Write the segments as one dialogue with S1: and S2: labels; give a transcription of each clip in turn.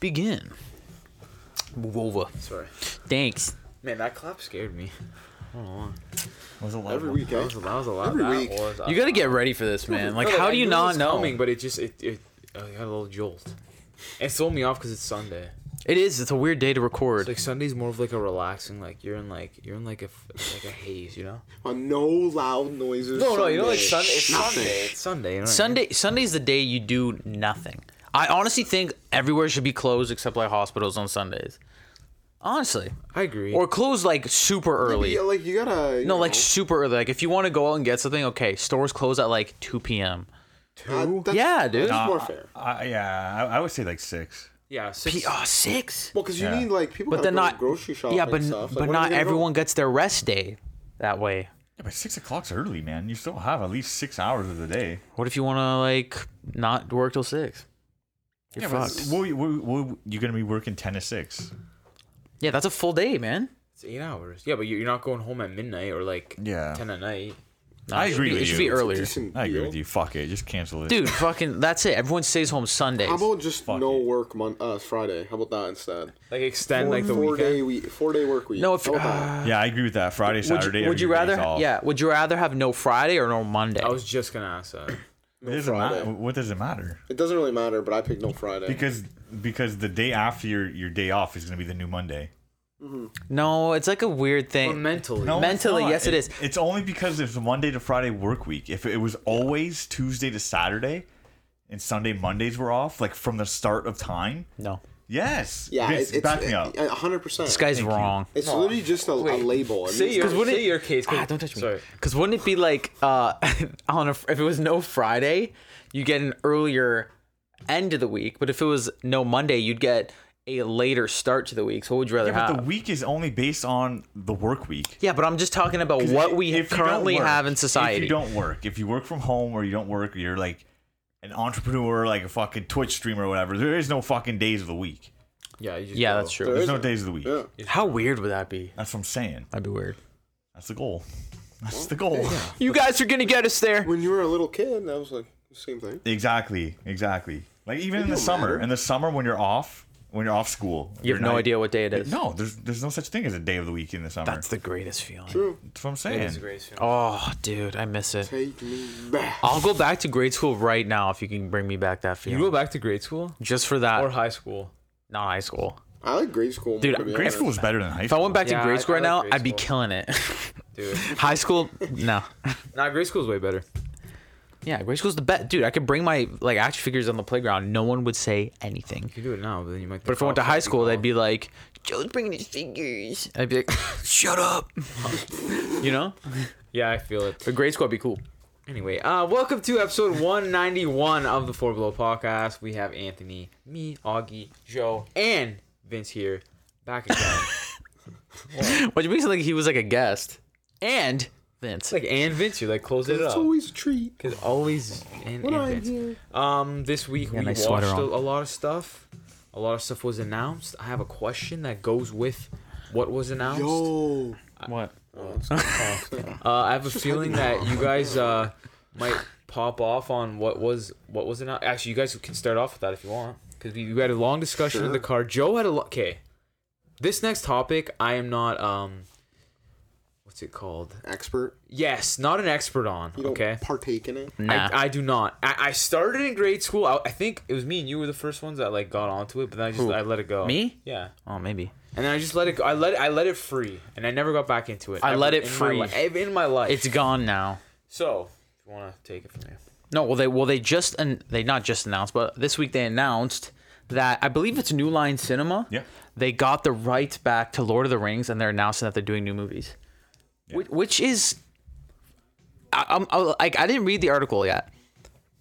S1: begin. Move over.
S2: Sorry.
S1: Thanks.
S2: Man, that clap scared me.
S3: Was it loud
S2: Every
S3: enough?
S2: week, that was, that was a lot.
S4: Every
S2: that
S4: week.
S2: Was, uh,
S1: You gotta get ready for this, man. Like,
S2: No,
S1: how
S2: I
S1: do you
S2: knew it
S1: not
S2: was
S1: know?
S2: Coming, but it just it it uh, I got a little jolt. It sold me off because it's Sunday.
S1: It is. It's a weird day to
S2: It's
S1: record.
S2: like Sunday's more of like a relaxing, like you're in like you're in like a f- like a haze, you know.
S4: On no loud noises.
S2: Sunday. It's
S4: Nothing.
S2: Sunday. It's Sunday. You know what I mean?
S1: Sunday. Sunday's the day you do nothing. I honestly think everywhere should be closed except like hospitals on Sundays. Honestly,
S2: I agree.
S1: or closed like super early.
S4: Yeah, like you gotta. you
S1: No, like
S4: know,
S1: super early. Like if you want to go out and get something, okay, stores close at like 2 p.m.
S4: uh, that's-
S1: Yeah, dude.
S4: That's more
S3: Uh,
S4: fair.
S3: I, yeah, I, I would say like six.
S2: yeah, six,
S1: P- oh, six.
S4: Well, because you
S3: Yeah.
S4: need like people.
S1: But
S4: gotta
S1: then
S4: go to
S1: not
S4: grocery shopping.
S1: Yeah, but
S4: and stuff. Like,
S1: but
S4: when are
S1: not
S4: they gonna go-
S1: everyone gets their rest day that way.
S3: Yeah, but six o'clock's early, man. You still have at least six hours of the day.
S1: What if you want to like not work till six? You're
S3: yeah, but
S1: fucked.
S3: what- what- what- you're gonna be working ten to six.
S1: yeah, that's a full day, man.
S2: it's eight hours. Yeah, but you- you're not going home at midnight or like
S3: Yeah.
S2: ten at night.
S1: No,
S3: I
S1: it should
S3: agree
S1: be-
S3: with
S1: It should
S3: you.
S1: be
S3: It's a
S1: earlier,
S4: Decent
S3: I agree
S4: deal.
S3: with you. Fuck it, just cancel it.
S1: dude. Fucking that's it. Everyone stays home Sundays.
S4: How about just
S3: Fuck
S4: no
S3: it.
S4: work mon- uh, Friday? How about that instead?
S2: Like extend
S4: Four-
S2: like the
S4: four
S2: weekend.
S4: day week, four day work week.
S1: No, if- uh,
S4: How about that?
S3: Yeah, I agree with that. Friday,
S1: would
S3: Saturday.
S1: you, would you
S3: everybody's
S1: rather?
S3: off.
S1: Yeah, would you rather have no Friday or no Monday?
S2: I was just gonna ask that.
S3: It doesn't
S4: Friday.
S3: matter. What does it matter?
S4: It doesn't really matter, but I picked no Friday.
S3: Because because the day after your, your day off is gonna be the new Monday.
S1: no, it's like a weird
S2: But
S1: thing.
S2: mentally,
S3: No, it's
S1: Mentally,
S3: not.
S1: yes, it is.
S3: It's only because it's Monday to Friday work week. If it was always Tuesday to Saturday, and Sunday Mondays were off, like from the start of time.
S1: No,
S3: Yes.
S4: yeah,
S3: Vince,
S4: it's,
S3: back
S4: it's
S3: me up.
S4: a hundred percent.
S1: this guy's wrong.
S4: It's literally just a, a label. It means
S2: say your,
S4: nothing.
S1: wouldn't-
S2: say your case. 'cause-
S1: Ah, don't touch me.
S2: Sorry.
S1: Because wouldn't it be like uh, on a, if it was no Friday, you get an earlier end of the week, but if it was no Monday, you'd get a later start to the week. So what would you rather
S3: Yeah, but
S1: have?
S3: the week is only based on the work week.
S1: yeah, but I'm just talking about
S3: 'Cause
S1: what
S3: if-
S1: we
S3: if you don't
S1: currently
S3: work-
S1: have in
S3: If you
S1: society.
S3: don't work, if you work from home or you don't work, you're like an entrepreneur, like a fucking Twitch streamer or whatever. There is no fucking days of the week.
S2: Yeah, you just
S1: Yeah,
S2: go.
S1: that's true.
S4: There
S3: There's no
S4: isn't.
S3: days of the week.
S4: Yeah.
S1: How weird would that be?
S3: That's what I'm saying.
S1: That'd be weird.
S3: That's the goal. That's the goal.
S1: You guys are gonna get us there.
S4: When you were a little kid, that was like the same thing.
S3: Exactly. Exactly. Like even in the
S4: don't
S3: summer.
S4: matter.
S3: In the summer when you're off, when you're off school,
S1: You
S3: you're
S1: have no
S3: not-
S1: idea what day it is.
S3: No, there's there's no such thing as a day of the week in the summer.
S1: That's
S3: That's,
S1: the greatest feeling.
S4: True.
S3: what I'm saying.
S2: It's a great feeling.
S1: Oh, dude, I miss it.
S4: Take me back.
S1: I'll go back to grade school right now if you can bring me back that
S2: You
S1: feeling.
S2: go back to grade school
S1: just for that,
S2: or high school.
S1: not high school.
S4: I like grade school. more,
S1: Dude,
S4: to be
S3: Grade
S4: honest.
S3: school is better than high
S1: If I
S3: school.
S1: went back
S2: Yeah,
S1: to grade
S2: I-
S1: school
S2: I
S1: right
S2: like
S1: now,
S2: grade
S1: I'd be
S2: school.
S1: killing it.
S2: Dude,
S1: High school, no.
S2: nah, grade school's way better.
S1: Yeah, grade school's the best. Dude, I could bring my like action figures on the playground. No one would say anything.
S2: You do it now, but then you might.
S1: But if I went to high school, they'd be like, "Joe's bringing his figures." I'd be like, "Shut up," you know.
S2: Yeah, I feel it.
S1: But grade school would be cool.
S2: Anyway, uh, welcome to episode 191 of the Four Below podcast. We have Anthony, me, Augie, Joe, and Vince here back again.
S1: Which makes it like he was like a guest and Vince.
S2: like and Vince, you like close it
S4: It's
S2: up.
S4: always a treat.
S2: Cause always and,
S4: When
S2: and
S4: I'm
S2: Vince.
S4: here.
S2: Um, this week we
S1: nice
S2: watched
S1: sweater
S2: a,
S1: on.
S2: a lot of stuff. A lot of stuff was announced. I have a question that goes with what was announced.
S4: Yo. Oh,
S1: what?
S2: Uh, I have a feeling that you guys uh, might pop off on what was what was announced. Actually, you guys can start off with that if you want, because we, we had a long discussion in the car. Joe had a lo- okay. This next topic, I am not um, what's it called?
S4: Expert.
S2: Yes, not an expert on.
S4: You don't
S2: okay,
S4: partake in it.
S1: Nah.
S2: I, I do not. I, I started in grade school. I, I think it was me and you were the first ones that like got onto it, but then I just I let it go.
S1: Me?
S2: Yeah.
S1: oh, maybe.
S2: And then I just let it go. I let it, I let it free, and I never got back into it.
S1: I
S2: Ever
S1: let it
S2: in my
S1: free.
S2: li- in my life.
S1: It's gone now.
S2: So, if you want to take it from there.
S1: No, well they well they just and they not just announced, but this week they announced that I believe it's New Line Cinema.
S3: Yeah.
S1: They got the rights back to Lord of the Rings, and they're announcing that they're doing new movies, which, which is, I, I'm I, like I didn't read the article yet.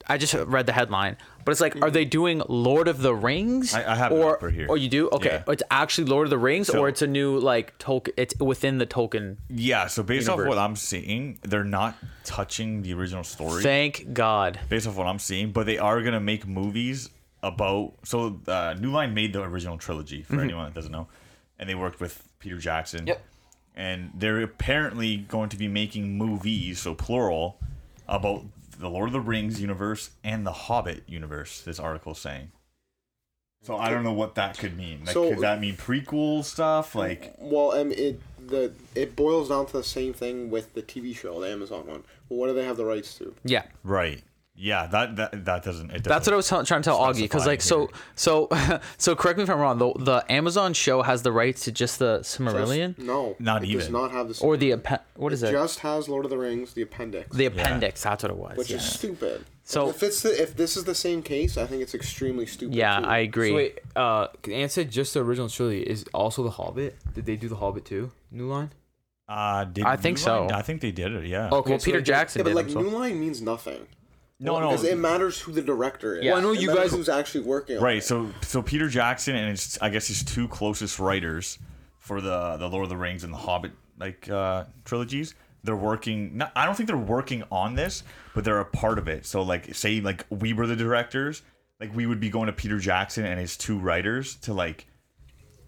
S1: I just read the headline, but it's like, are they doing Lord of the Rings?
S3: I- I have it
S1: or,
S3: up right here.
S1: Oh, you do? Okay,
S3: Yeah.
S1: it's actually Lord of the Rings,
S3: So-
S1: or it's a new like Tolkien. It's within the Tolkien.
S3: Yeah, so based off
S1: Universe.
S3: what I'm seeing, they're not touching the original story.
S1: Thank God.
S3: based off what I'm seeing, but they are gonna make movies about. So uh, New Line made the original trilogy for anyone that doesn't know, and they worked with Peter Jackson.
S1: Mm-hmm. Yep.
S3: And they're apparently going to be making movies, so plural, about the Lord of the Rings universe and the Hobbit universe. This article saying. So I don't know what that could mean. Like,
S4: So-
S3: could that mean prequel stuff? Like,
S4: Well, um, it the it boils down to the same thing with the TV show, the Amazon one. Well, what do they have the rights to?
S1: Yeah.
S3: right? Yeah, that that, that doesn't. It doesn't
S1: That's what I was tell- trying to tell Augie because like so so so correct me if I'm wrong. The, the Amazon show has the rights to just the Silmarillion
S4: No,
S3: Not
S4: it Does
S3: even.
S4: not have the
S1: or the appe- what is it?
S4: just has Lord of the Rings, the appendix,
S1: the appendix. That's what it was.
S4: which
S1: yeah.
S4: is stupid.
S1: So-
S4: if it's the, if this is the same case, I think it's extremely stupid.
S1: yeah,
S4: too.
S1: I agree.
S2: So wait, uh, Anne said just the original trilogy is also the Hobbit. Did they do the Hobbit too? New Line.
S3: Uh, did
S1: I think
S3: New
S1: so.
S3: Line-
S1: Oh,
S3: I think they did it. Yeah.
S1: okay, well,
S2: so
S1: Peter
S2: they did-
S1: Jackson
S4: Yeah, but
S1: did
S4: like
S1: them, so-
S4: New Line means nothing.
S3: no, no.
S4: Because it matters who the director is.
S1: Yeah. Well, I
S2: know
S4: It
S2: you
S4: matters
S2: guys-
S4: who's actually working. on it.
S3: Right. So so Peter Jackson and his, I guess his two closest writers for the the Lord of the Rings and the Hobbit like uh, trilogies. They're working. Not, I don't think they're working on this, but they're a part of it. So like say like we were the directors, like we would be going to Peter Jackson and his two writers to like.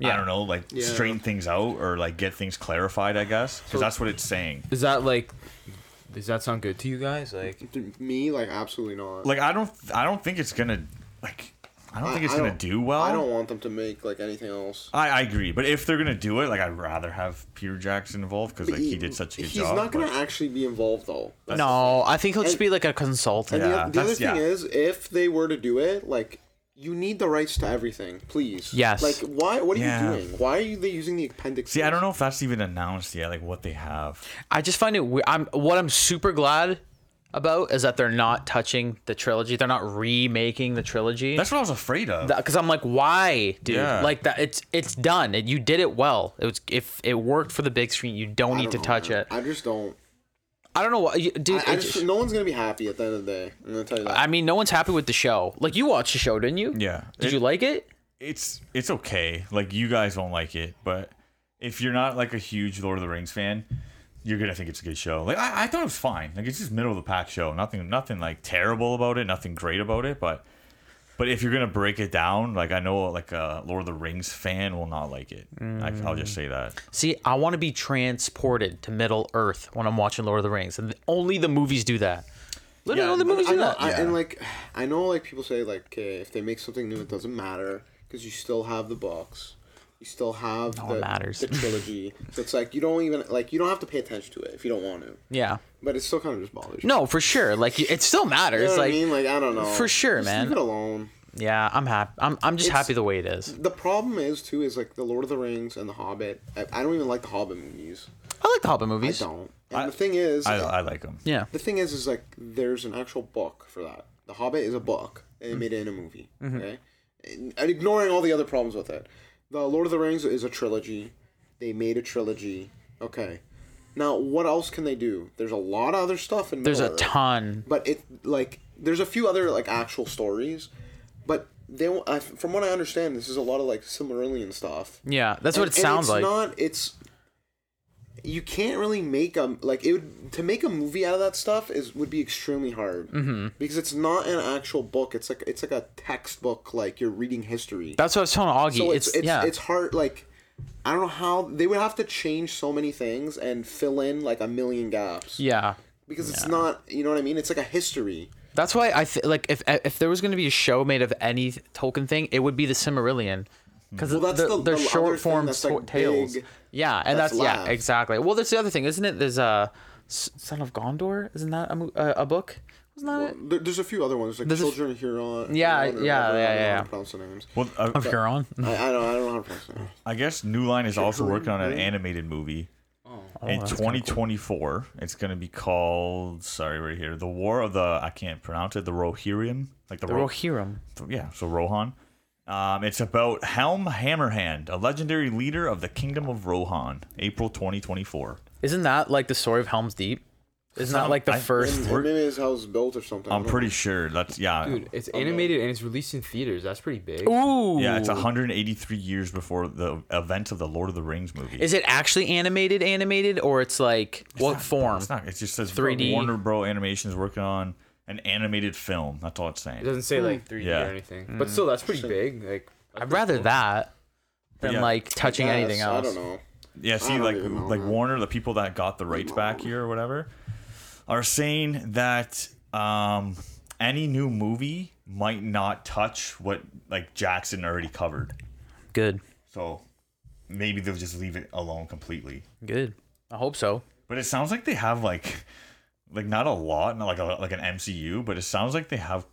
S3: I
S1: Yeah.
S3: don't know, like
S4: Yeah.
S3: straighten things out or like get things clarified, I guess, because that's what it's saying.
S2: Is that like? Does that sound good to you guys? Like,
S4: To me, like absolutely not.
S3: Like I don't, I don't think it's gonna, like, I don't think it's gonna
S4: don't-
S3: do well.
S4: I don't want them to make like anything else.
S3: I, I agree, but if they're gonna do it, like I'd rather have Peter Jackson involved because like he did such a good
S4: he's
S3: job.
S4: He's not gonna
S3: but-
S4: actually be involved though.
S1: no, I think he'll just
S4: And-
S1: be like a
S4: And
S1: consultant.
S4: the-
S3: Yeah,
S4: the, other
S3: that's- yeah.
S4: thing is, if they were to do it, like you need the rights to everything, please.
S1: Yes.
S4: Like why? What are
S3: Yeah.
S4: you doing? Why are you, they using the appendix?
S3: See, I don't know if that's even announced yet, like what they have.
S1: I just find it weird. I'm what I'm super glad about is that they're not touching the trilogy. They're not remaking the trilogy.
S3: That's what I was afraid of.
S1: because I'm like, why, dude?
S3: Yeah.
S1: Like that, it's it's done. It, you did it well. It was if it worked for the big screen, you don't
S4: I
S1: need
S4: don't
S1: to
S4: know,
S1: touch
S4: man.
S1: it. I,
S4: I just don't.
S1: don't know what, you-
S4: I,
S1: dude.
S4: I
S1: it
S4: just,
S1: just-
S4: no one's gonna be happy at the end of the day. I'm gonna tell you that.
S1: I mean, no one's happy with the show. Like you watched the show, didn't you?
S3: yeah,
S1: Did
S3: It-
S1: you like it?
S3: It's it's okay. Like you guys won't like it, but if you're not like a huge Lord of the Rings fan, you're gonna think it's a good show. Like I, I thought it was fine. Like it's just middle of the pack show. Nothing nothing like terrible about it. Nothing great about it, but. But if you're gonna break it down, like I know, like a Lord of the Rings fan will not like it. I, I'll just
S4: Mm.
S3: say that.
S1: See, I want to be transported to Middle Earth when I'm watching Lord of the Rings, and only the movies do that. Literally,
S3: Yeah,
S1: only the movies
S4: I
S1: do
S4: know,
S1: that.
S4: I,
S3: Yeah.
S4: and like, I know, like people say, like, okay, if they make something new, it doesn't matter because you still have the books, you still have
S1: No, it
S4: the,
S1: matters.
S4: the trilogy. so it's like you don't even like you don't have to pay attention to it if you don't want to,
S1: yeah.
S4: but it still kind of just bothers. you.
S1: No, for sure. Like it still matters.
S4: you know what
S1: like
S4: I mean, like I don't know
S1: for sure,
S4: Just
S1: man.
S4: Leave it alone.
S1: yeah, I'm happy. I'm I'm just
S4: It's-
S1: happy the way it is.
S4: The problem is too is like the Lord of the Rings and the Hobbit. I, I don't even like the Hobbit movies.
S1: I like the Hobbit
S4: I
S1: movies.
S4: don't. And the thing is,
S3: I, I like them.
S1: Yeah.
S4: the thing is, is like there's an actual book for that. The Hobbit is a book. They made it in a movie.
S1: Mm-hmm.
S4: Okay, and, and ignoring all the other problems with it, the Lord of the Rings is a trilogy. They made a trilogy. Okay, now what else can they do? There's a lot of other stuff in.
S1: There's a
S4: Middle-earth
S1: ton.
S4: but it like there's a few other like actual stories but they won't- I, from what i understand this is a lot of like silmarillion stuff
S1: Yeah, that's what
S4: And-
S1: it
S4: and
S1: sounds
S4: it's
S1: like.
S4: not it's you can't really make a like it would to make a movie out of that stuff is would be extremely hard mm-hmm. because it's not an actual book it's like it's like a textbook like you're reading history
S1: That's what I was telling Augie.
S4: so
S1: it's,
S4: it's it's,
S1: yeah.
S4: it's hard like i don't know how they would have to change so many things and fill in like a million gaps
S1: yeah.
S4: because it's not you know what i mean it's like a history
S1: That's why I th- like if if there was going to be a show made of any Tolkien thing, it would be the Cimmerillion. Because
S4: Hmm. Well, that's
S1: they're,
S4: the-
S1: they're
S4: the other
S1: short
S4: thing
S1: form
S4: that's, like,
S1: to- tales.
S4: big,
S1: yeah, and that's,
S4: that's
S1: yeah,
S4: loud.
S1: exactly. Well, that's the other thing, isn't it? There's a Son of Gondor, isn't that a, mo- a, a book? Wasn't that it?
S4: There, there's a few other ones like
S1: There's a f-
S4: Children of Huron.
S1: Yeah,
S4: Huron or
S1: yeah,
S4: whatever,
S1: yeah,
S4: I don't know
S1: yeah,
S4: how
S1: yeah.
S4: to pronounce the names.
S3: Well, uh,
S1: Huron.
S4: I, I don't. I don't know how to pronounce the names.
S3: I guess New Line is also working on an
S4: Shit.
S3: animated movie. in 2024, it's going to be called, sorry, right here, The War of the, I can't pronounce it, the Rohirrim. Like the,
S1: The
S3: Ro-
S1: Rohirrim.
S3: Yeah, so Rohan. Um, it's about Helm Hammerhand, a legendary leader of the Kingdom of Rohan, April 2024.
S1: Isn't that like the story of Helm's Deep? Isn't that
S3: Some-
S1: like the
S3: I-
S1: first?
S4: And
S3: We're-
S4: maybe his house is built or something. I
S3: I'm
S4: don't
S3: pretty sure that's, yeah.
S2: dude, it's animated and it's released in theaters. That's pretty big.
S1: Ooh.
S3: Yeah, it's 183 years before the events of the Lord of the Rings movie.
S1: Is it actually animated, animated, or it's like what form?
S3: It's not. It just says
S1: 3D.
S3: Warner Bro Animation's working on an animated film. That's all it's saying.
S2: It doesn't say like 3D
S3: Yeah.
S2: or anything.
S4: Mm.
S2: But still, that's pretty big. Like,
S1: I'd rather that than
S3: Yeah.
S1: like touching
S4: know.
S1: anything
S4: Yes,
S1: else.
S4: I don't know.
S3: Yeah, see,
S4: don't
S3: like
S4: even know,
S3: like
S4: man.
S3: Warner, the people that got the rights back here or whatever, are saying that um, any new movie might not touch what like Jackson already covered.
S1: Good.
S3: So maybe they'll just leave it alone completely.
S1: Good. I hope so.
S3: But it sounds like they have like like not a lot, not like a, like an MCU, but it sounds like they have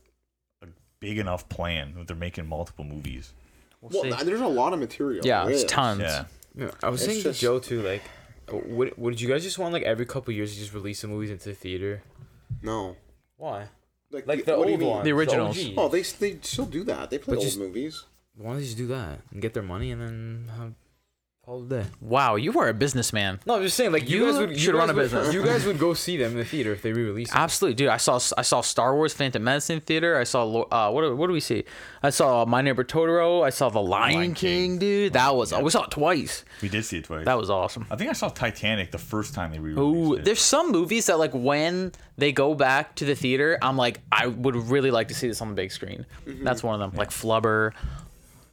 S3: a big enough plan that they're making multiple movies.
S4: Well,
S1: see.
S4: there's a lot of material.
S1: Yeah,
S4: there
S1: it's
S4: is.
S1: tons.
S3: Yeah.
S2: Yeah, I was
S4: It's
S2: saying
S4: just-
S2: to Joe too, like, would, would you guys just want like every couple years to just release the movies into the theater?
S4: No,
S2: Why?
S4: like,
S2: Like
S4: you-
S2: the
S4: what do you
S2: old
S4: mean?
S2: ones,
S1: The originals.
S2: OGs.
S4: Oh, they they still do that. They play
S2: But
S4: old
S2: just-
S4: movies.
S2: Why don't they just do that and get their money and then have all day?
S1: Wow, you are a businessman.
S2: No, I'm just saying, like, you,
S1: You
S2: guys would you
S1: should
S2: guys
S1: run a
S2: would-
S1: business.
S2: You guys would go see them in the theater if they re-released. it.
S1: Absolutely, dude. I saw I saw Star Wars Phantom Menace in theater. I saw Lo- uh, what do- what do we see? I saw My Neighbor Totoro. I saw The Lion, King,
S3: Lion King.
S1: dude. That was we saw it twice.
S3: We did see it twice.
S1: That was awesome.
S3: I think I saw Titanic the first time they re-released
S1: Ooh,
S3: it.
S1: there's some movies that like when they go back to the theater, I'm like, I would really like to see this on the big screen. That's one of them. Like Flubber,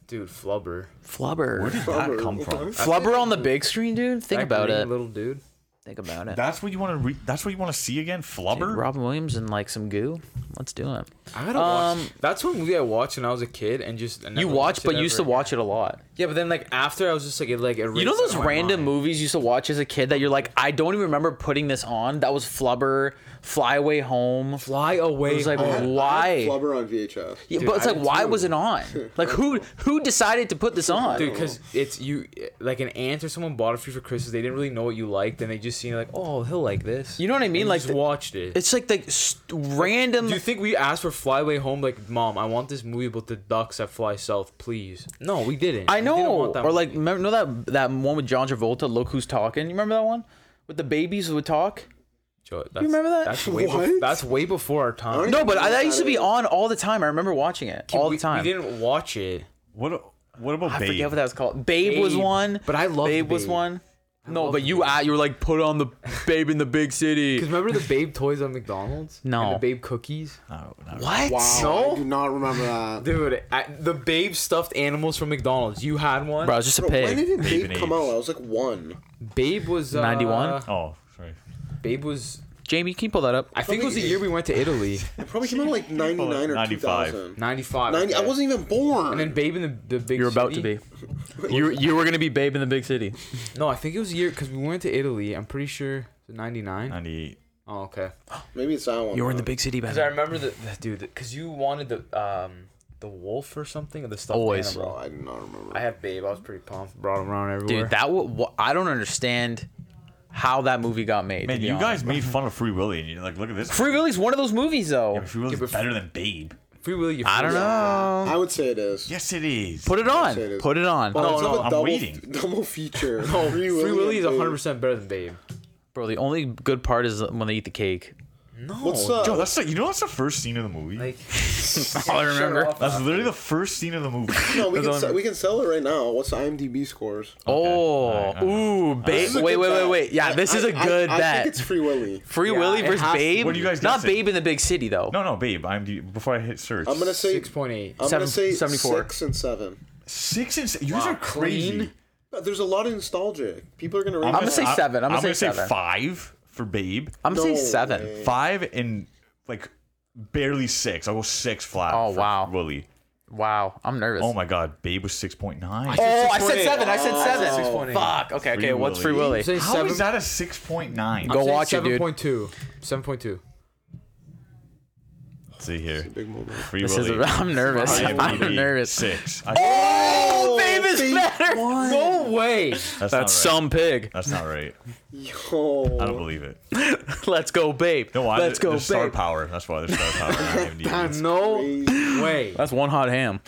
S2: Dude, Flubber.
S1: Flubber,
S3: Where did that come from?
S1: Flubber on the big screen, dude. Think
S2: That
S1: about
S2: green
S1: it.
S2: little dude.
S1: Think about it.
S3: That's what you want to re- that's what you want to see again, Flubber?
S1: Robin Williams and like some goo. Let's do it.
S2: I gotta watch. That's one movie I watched when I was a kid and just. I never
S1: Um, You
S2: watched
S1: watch,
S2: it
S1: but you used to
S2: ever.
S1: watch it a lot.
S2: Yeah, but then like after I was just like it like
S1: You know those random movies you used to watch as a kid that you're like, I don't even remember putting this on. That was Flubber, Fly Away Home.
S2: Fly away. Oh,
S1: It was like,
S2: Home.
S1: why?
S4: Flubber on VHS.
S1: Yeah, but it's
S2: I
S1: like,
S2: did
S1: why
S2: too.
S1: was it on? Like, who who decided to put this on?
S2: Dude, because it's you, like an aunt or someone bought it for you for Christmas. They didn't really know what you liked, and they just seen it like, oh, he'll like this.
S1: You know what I
S2: And
S1: mean?
S2: you
S1: Like
S2: just
S1: the-
S2: watched it.
S1: it's like the st- random.
S2: Do you think we asked for Flyway Home? Like, mom, I want this movie about the ducks that fly south, please. No, we didn't.
S1: I
S2: We didn't
S1: know,
S2: want that
S1: or
S2: movie.
S1: like, remember, know that that one with John Travolta? Look who's talking. You remember that one with the babies who would talk?
S2: Joe, that's-
S1: remember that?
S2: That's way, bef-
S4: What?
S2: that's way before our time.
S4: don't
S1: No, but I, that used to be on all the time. I remember watching it all
S2: we,
S1: the time.
S2: We didn't watch it.
S3: What what about
S1: I
S3: Babe?
S1: forget what that was called. Babe, was
S2: Babe.
S1: one,
S2: But I loved
S1: Babe, was
S2: Babe.
S1: one. No,
S2: loved
S1: but you
S2: Babe.
S1: uh, you were like put on the Babe in the big city.
S2: Because remember the Babe toys on McDonald's?
S1: No.
S2: And the Babe cookies?
S3: No, no.
S1: What?
S4: Wow,
S2: No?
S4: I do not remember that.
S2: Dude, I, the Babe stuffed animals from McDonald's. You had one?
S1: Bro, it's just a
S4: Bro, when
S1: pig.
S4: did it
S3: Babe and
S4: Babe come
S3: Apes.
S4: out? I was like one.
S2: Babe was. Uh,
S1: 91?
S3: Oh, sorry.
S2: Babe was.
S1: Jamie, can you pull that up?
S2: I think it was the year we went to Italy.
S4: It probably came out like ninety nine or two
S3: 95.
S4: thousand.
S2: 95.
S4: Ninety. I
S2: okay.
S4: wasn't even born.
S2: And then Babe in the, the Big
S1: You're about to
S2: City.
S1: be. You you were gonna be Babe in the big city.
S2: No, I think it was a year because we went to Italy. I'm pretty sure 99.
S3: 98.
S2: Oh, okay.
S4: Maybe it's that one.
S1: You were in
S4: though.
S1: the big city back
S2: Because
S1: then.
S2: I remember the, the dude. Because you wanted the um the wolf or something or the stuffed
S1: Always.
S2: animal.
S4: Bro, oh, I do not remember.
S2: I had Babe. I was pretty pumped. Brought him around everywhere.
S1: Dude, that w- I don't understand how that movie got made.
S3: Man,
S1: to be
S3: you
S1: honest.
S3: guys made fun of Free Willy, and you're like, look at this.
S1: Free Willy's one of those movies though.
S3: Free Willy's better than Babe.
S2: Free Willy. you
S1: I don't
S2: freak.
S1: know.
S4: I would say it is.
S3: Yes, it is.
S1: Put it
S4: it
S1: on.
S4: is.
S1: Put it on.
S4: But
S3: No,
S4: it's
S3: no,
S4: like a
S3: I'm
S4: double,
S3: waiting.
S4: Double feature.
S2: No, Free Willy is
S4: and Babe.
S2: 100 percent better than Babe.
S1: Bro, the only good part is when they eat the cake.
S2: No.
S4: What's up?
S3: Yo, that's the, you know that's the first scene of the movie.
S2: Like, uh,
S1: All I remember.
S3: that's literally the first scene of the movie.
S4: no, we can,
S1: on-
S4: se- we can sell it right now. What's the IMDb scores?
S1: Oh,
S3: Alright, alright.
S1: ooh, babe.
S4: This is a
S1: Wait, wait,
S4: good
S1: wait,
S4: bet.
S1: wait. Yeah,
S4: I-
S1: this is
S4: I-
S1: a good
S4: I, I
S1: bet.
S4: think it's Free Willy.
S1: Free
S2: Yeah,
S1: Willy
S2: it
S1: versus
S2: has to-
S1: Babe.
S3: What do you guys
S1: Not
S3: guessing?
S1: Babe in the big city though.
S3: no, no, Babe. I'm before I hit search.
S4: I'm gonna say
S2: 6.8.
S4: I'm
S1: Seven-
S4: gonna say
S1: 74.
S4: six and seven.
S3: six and se- you guys
S2: Wow,
S3: are crazy.
S2: clean.
S4: But There's a lot of nostalgia. People are gonna.
S3: I'm
S1: gonna
S4: remember
S1: say
S3: I-
S1: seven. I'm gonna
S3: I'm
S1: say
S3: gonna say
S1: seven.
S3: five for Babe.
S1: I'm gonna say
S4: No
S1: seven.
S4: way.
S3: Five and like barely six. I'll go six flat.
S1: Oh,
S3: for
S1: wow.
S3: Willy.
S1: Wow, I'm nervous.
S3: Oh my God, Babe was six point nine.
S1: Oh, I said seven. I said seven.
S2: 6.8.
S1: Fuck. Okay, okay.
S3: Free
S1: What's Free
S3: Willy.
S1: Willy?
S2: Say
S3: How is
S2: seven-
S3: that a six point nine?
S1: Go watch it, dude.
S2: 7.2. 7.2.
S3: See here,
S4: Big moment.
S3: Free
S1: This is.
S3: Willy.
S1: A, I'm nervous. I'm
S3: IMDb,
S1: nervous.
S3: Six. I-
S1: Oh, Babe is
S4: Babe
S1: better.
S2: No way.
S3: that's
S1: That's
S3: not right.
S1: some pig.
S3: That's not right.
S4: Yo.
S3: I don't believe it.
S1: Let's go, Babe.
S3: No, why?
S1: Let's go,
S3: there's star
S1: Babe.
S3: power. That's why there's star power. on IMDb.
S2: No
S4: crazy.
S2: way.
S1: That's one hot ham.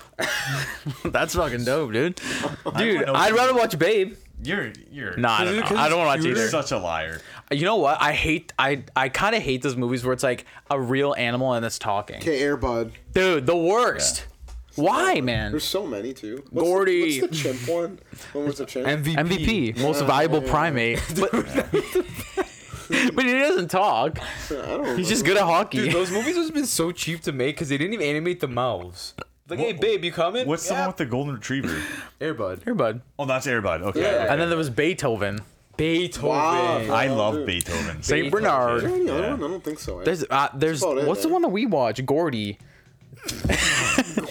S1: That's fucking dope, dude. Dude,
S3: know-
S1: I'd rather watch Babe.
S3: You're you're
S1: Nah, I don't, know. I don't want to watch
S3: you're
S1: either.
S3: such a liar.
S1: You know what? I hate. I I kind of hate those movies where it's like a real animal and it's talking.
S4: Okay, Airbud.
S1: Dude, the worst. Why, man?
S4: There's so many too. What's
S1: Gordy.
S4: The, what's the chimp one? When was the chimp?
S2: MVP.
S1: MVP, most viable primate, but but he doesn't talk.
S4: I don't.
S1: He's
S4: remember.
S1: just good at hockey.
S2: Dude, those movies have been so cheap to make because they didn't even animate the mouths. Like, hey, babe, you coming?
S3: What's the one with the golden retriever?
S2: Airbud?
S1: Here, bud.
S3: Oh, that's Airbud. Okay.
S4: Yeah.
S1: And then there was Beethoven,
S2: Beethoven.
S4: Wow.
S3: I love
S4: dude.
S3: Beethoven.
S1: Saint Bernard.
S4: Is there any other
S3: Yeah.
S4: one? I don't think so. eh?
S1: There's uh, there's
S4: about it,
S1: what's the
S4: man.
S1: one that we watch? Gordy.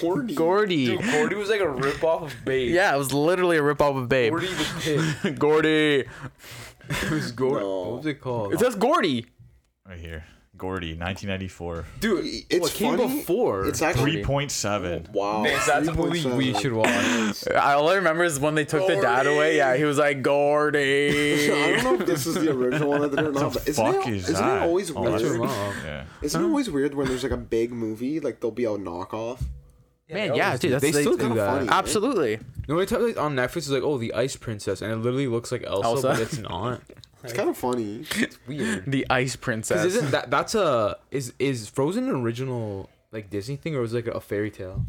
S4: Gordy.
S1: Gordy.
S2: Dude, Gordy was like a ripoff of Babe.
S1: Yeah, it was literally a rip off of Babe.
S2: Gordy the Pig.
S1: Gordy.
S2: It was Gordy.
S4: No.
S2: What was it called?
S1: It says Gordy.
S3: Right here. Gordy, 1994.
S2: Dude,
S4: It's
S2: well, it came
S4: funny.
S2: before.
S4: It's actually
S3: 3.7.
S4: wow.
S2: That's a movie
S4: 3.7.
S2: we should watch.
S1: All I remember is when they took the dad away. Yeah, he was like Gordy.
S4: I don't know if this is the original one that they're not. But isn't
S3: fuck
S4: it,
S3: is
S4: not
S3: that?
S4: it always
S3: Oh,
S2: That's
S3: that's
S2: your
S4: weird?
S2: mom.
S3: Yeah.
S4: Isn't it always weird when there's like a big movie, like there'll be a knockoff?
S1: Man, yeah, dude, that's
S2: they still do
S4: kinda
S2: that.
S4: funny.
S1: Absolutely.
S2: No, it's like on Netflix is like, oh, the Ice Princess, and it literally looks like Elsa,
S1: Elsa.
S2: but it's not.
S4: It's kind of funny.
S2: It's weird.
S1: The Ice
S2: Because
S1: Princess.
S2: isn't that that's a is is Frozen an original like Disney thing or was it like a fairy tale?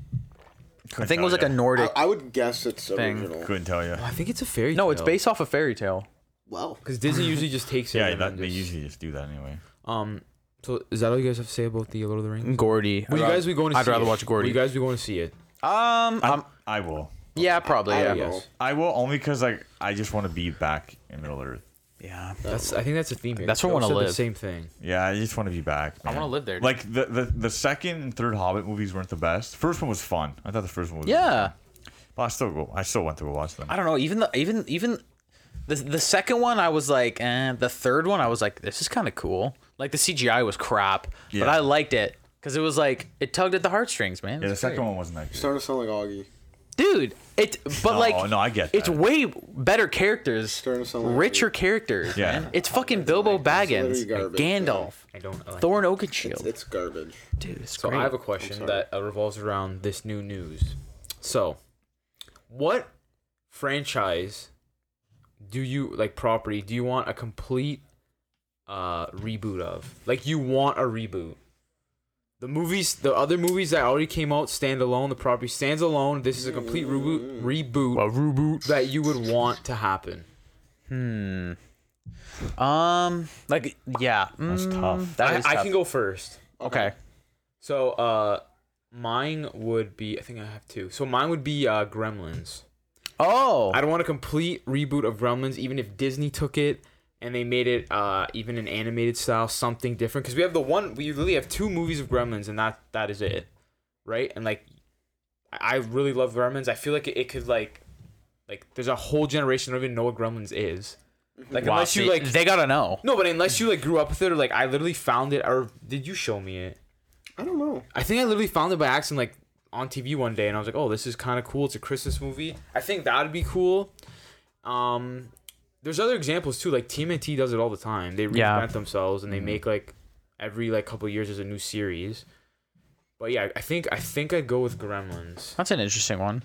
S1: I think it was like a
S4: I,
S1: Nordic.
S4: I would guess it's
S1: Thing.
S4: original.
S3: Couldn't tell you.
S2: I think it's a fairy.
S1: no, it's based off a fairy tale.
S4: Wow.
S2: because Disney usually just takes it.
S3: Yeah,
S2: and
S3: that,
S2: then
S3: they
S2: just-
S3: usually just do that anyway.
S2: Um, so is that all you guys have to say about the Lord of the Rings?
S1: Gordy.
S2: Will you guys be going? To
S1: I'd
S2: see
S1: rather
S2: it?
S1: watch Gordy.
S2: Will you guys be going to see it?
S1: um,
S3: I'm, I will.
S1: yeah, probably.
S4: I
S1: Yeah.
S4: don't know.
S2: Yes.
S3: I will only because like I just want to be back in Middle Earth.
S1: Yeah.
S2: That's I think that's a theme. here.
S1: That's where I
S2: They
S1: wanna
S2: all said
S1: live.
S2: The same thing.
S3: Yeah, I just want to be back.
S1: wanna
S3: man.
S1: live there, dude.
S3: Like the, the the second and third Hobbit movies weren't the best. First one was fun. I thought the first one was
S1: Yeah.
S3: But I still go. I still went to go watch them.
S1: I don't know. Even the even even the the second one, I was like, eh. The third one, I was like, this is kind of cool. Like the CGI was crap, but
S3: Yeah.
S1: I liked it because it was like it tugged at the heartstrings, man.
S3: yeah, the
S1: It's
S3: second
S1: great.
S3: one wasn't that good.
S4: Starting to sound like Augie.
S1: dude. It but
S3: No,
S1: like
S3: no, I get
S1: it's
S2: Uh,
S3: that.
S1: way better characters,
S4: Starting to sound like
S1: richer
S4: Augie.
S1: characters.
S3: Yeah.
S1: man. it's fucking Bilbo Baggins,
S4: literally garbage,
S1: Gandalf,
S2: I don't. Like
S1: Thorn Oakenshield.
S4: It's garbage.
S1: dude, it's
S2: So
S1: great.
S2: I have a question
S4: sorry.
S2: that uh, revolves around this new news. So, what franchise do you like property do you want a complete uh reboot of? Like you want a reboot. The movies, the other movies that already came out stand alone. The property stands alone. This is a complete reboot, reboot
S1: reboot.
S2: that you would want to happen.
S1: Hmm. Um. Like yeah.
S3: That's
S1: mm,
S3: tough.
S1: That
S2: I,
S1: is
S2: I
S1: tough.
S2: can go first.
S1: Okay.
S2: So, uh, mine would be. I think I have two. So mine would be uh, Gremlins.
S1: Oh.
S2: I don't want a complete reboot of Gremlins, even if Disney took it and they made it uh, even an animated style, something different. Because we have the one, we really have two movies of Gremlins, and that that is it, right? And like, I I really love Gremlins. I feel like it, it could like, like, there's a whole generation that don't even know what Gremlins is. Like,
S1: Wow,
S2: unless you
S1: see,
S2: like,
S1: they gotta know.
S2: no, but unless you like grew up with it, or like, I literally found it, or did you show me it?
S4: I don't
S1: Uh,
S4: know.
S2: I think I literally found it by accident, like on TV one day, and I was like, "Oh, this is kind of cool. It's a Christmas movie. I think that'd be cool." Um, there's other examples too. Like TMNT does it all the time. They reinvent
S1: Yeah. Mm-hmm.
S2: themselves and they make like every like couple years there's a new series. But yeah, I think I think I'd go with Gremlins.
S1: That's an interesting one.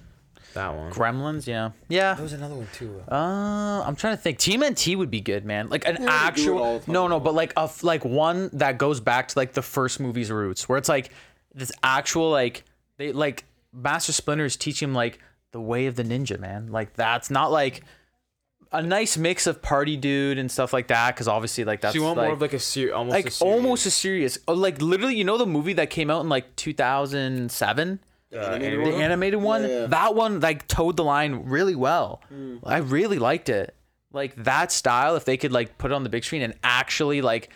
S2: That one.
S1: Gremlins, yeah, yeah.
S2: was another one too.
S1: Uh, I'm trying to think. TMNT would be good, man. Like an
S4: do it all
S1: actual
S4: the time.
S1: no, no, but like a f- like one that goes back to like the first movie's roots, where it's like this actual like they like Master Splinter is teaching him like the way of the ninja, man. Like that's not like a nice mix of party dude and stuff like that, because obviously like that's
S2: So you want
S1: like,
S2: more of like a series, almost
S1: like
S2: a series.
S1: almost as serious. Oh, Like literally, you know the movie that came out in like 2007.
S2: uh,
S4: animated
S2: animated-
S1: the animated one
S4: Yeah, Mm. yeah.
S1: that one like towed the line really well i really liked it like that style if they could like put it on the big screen and actually like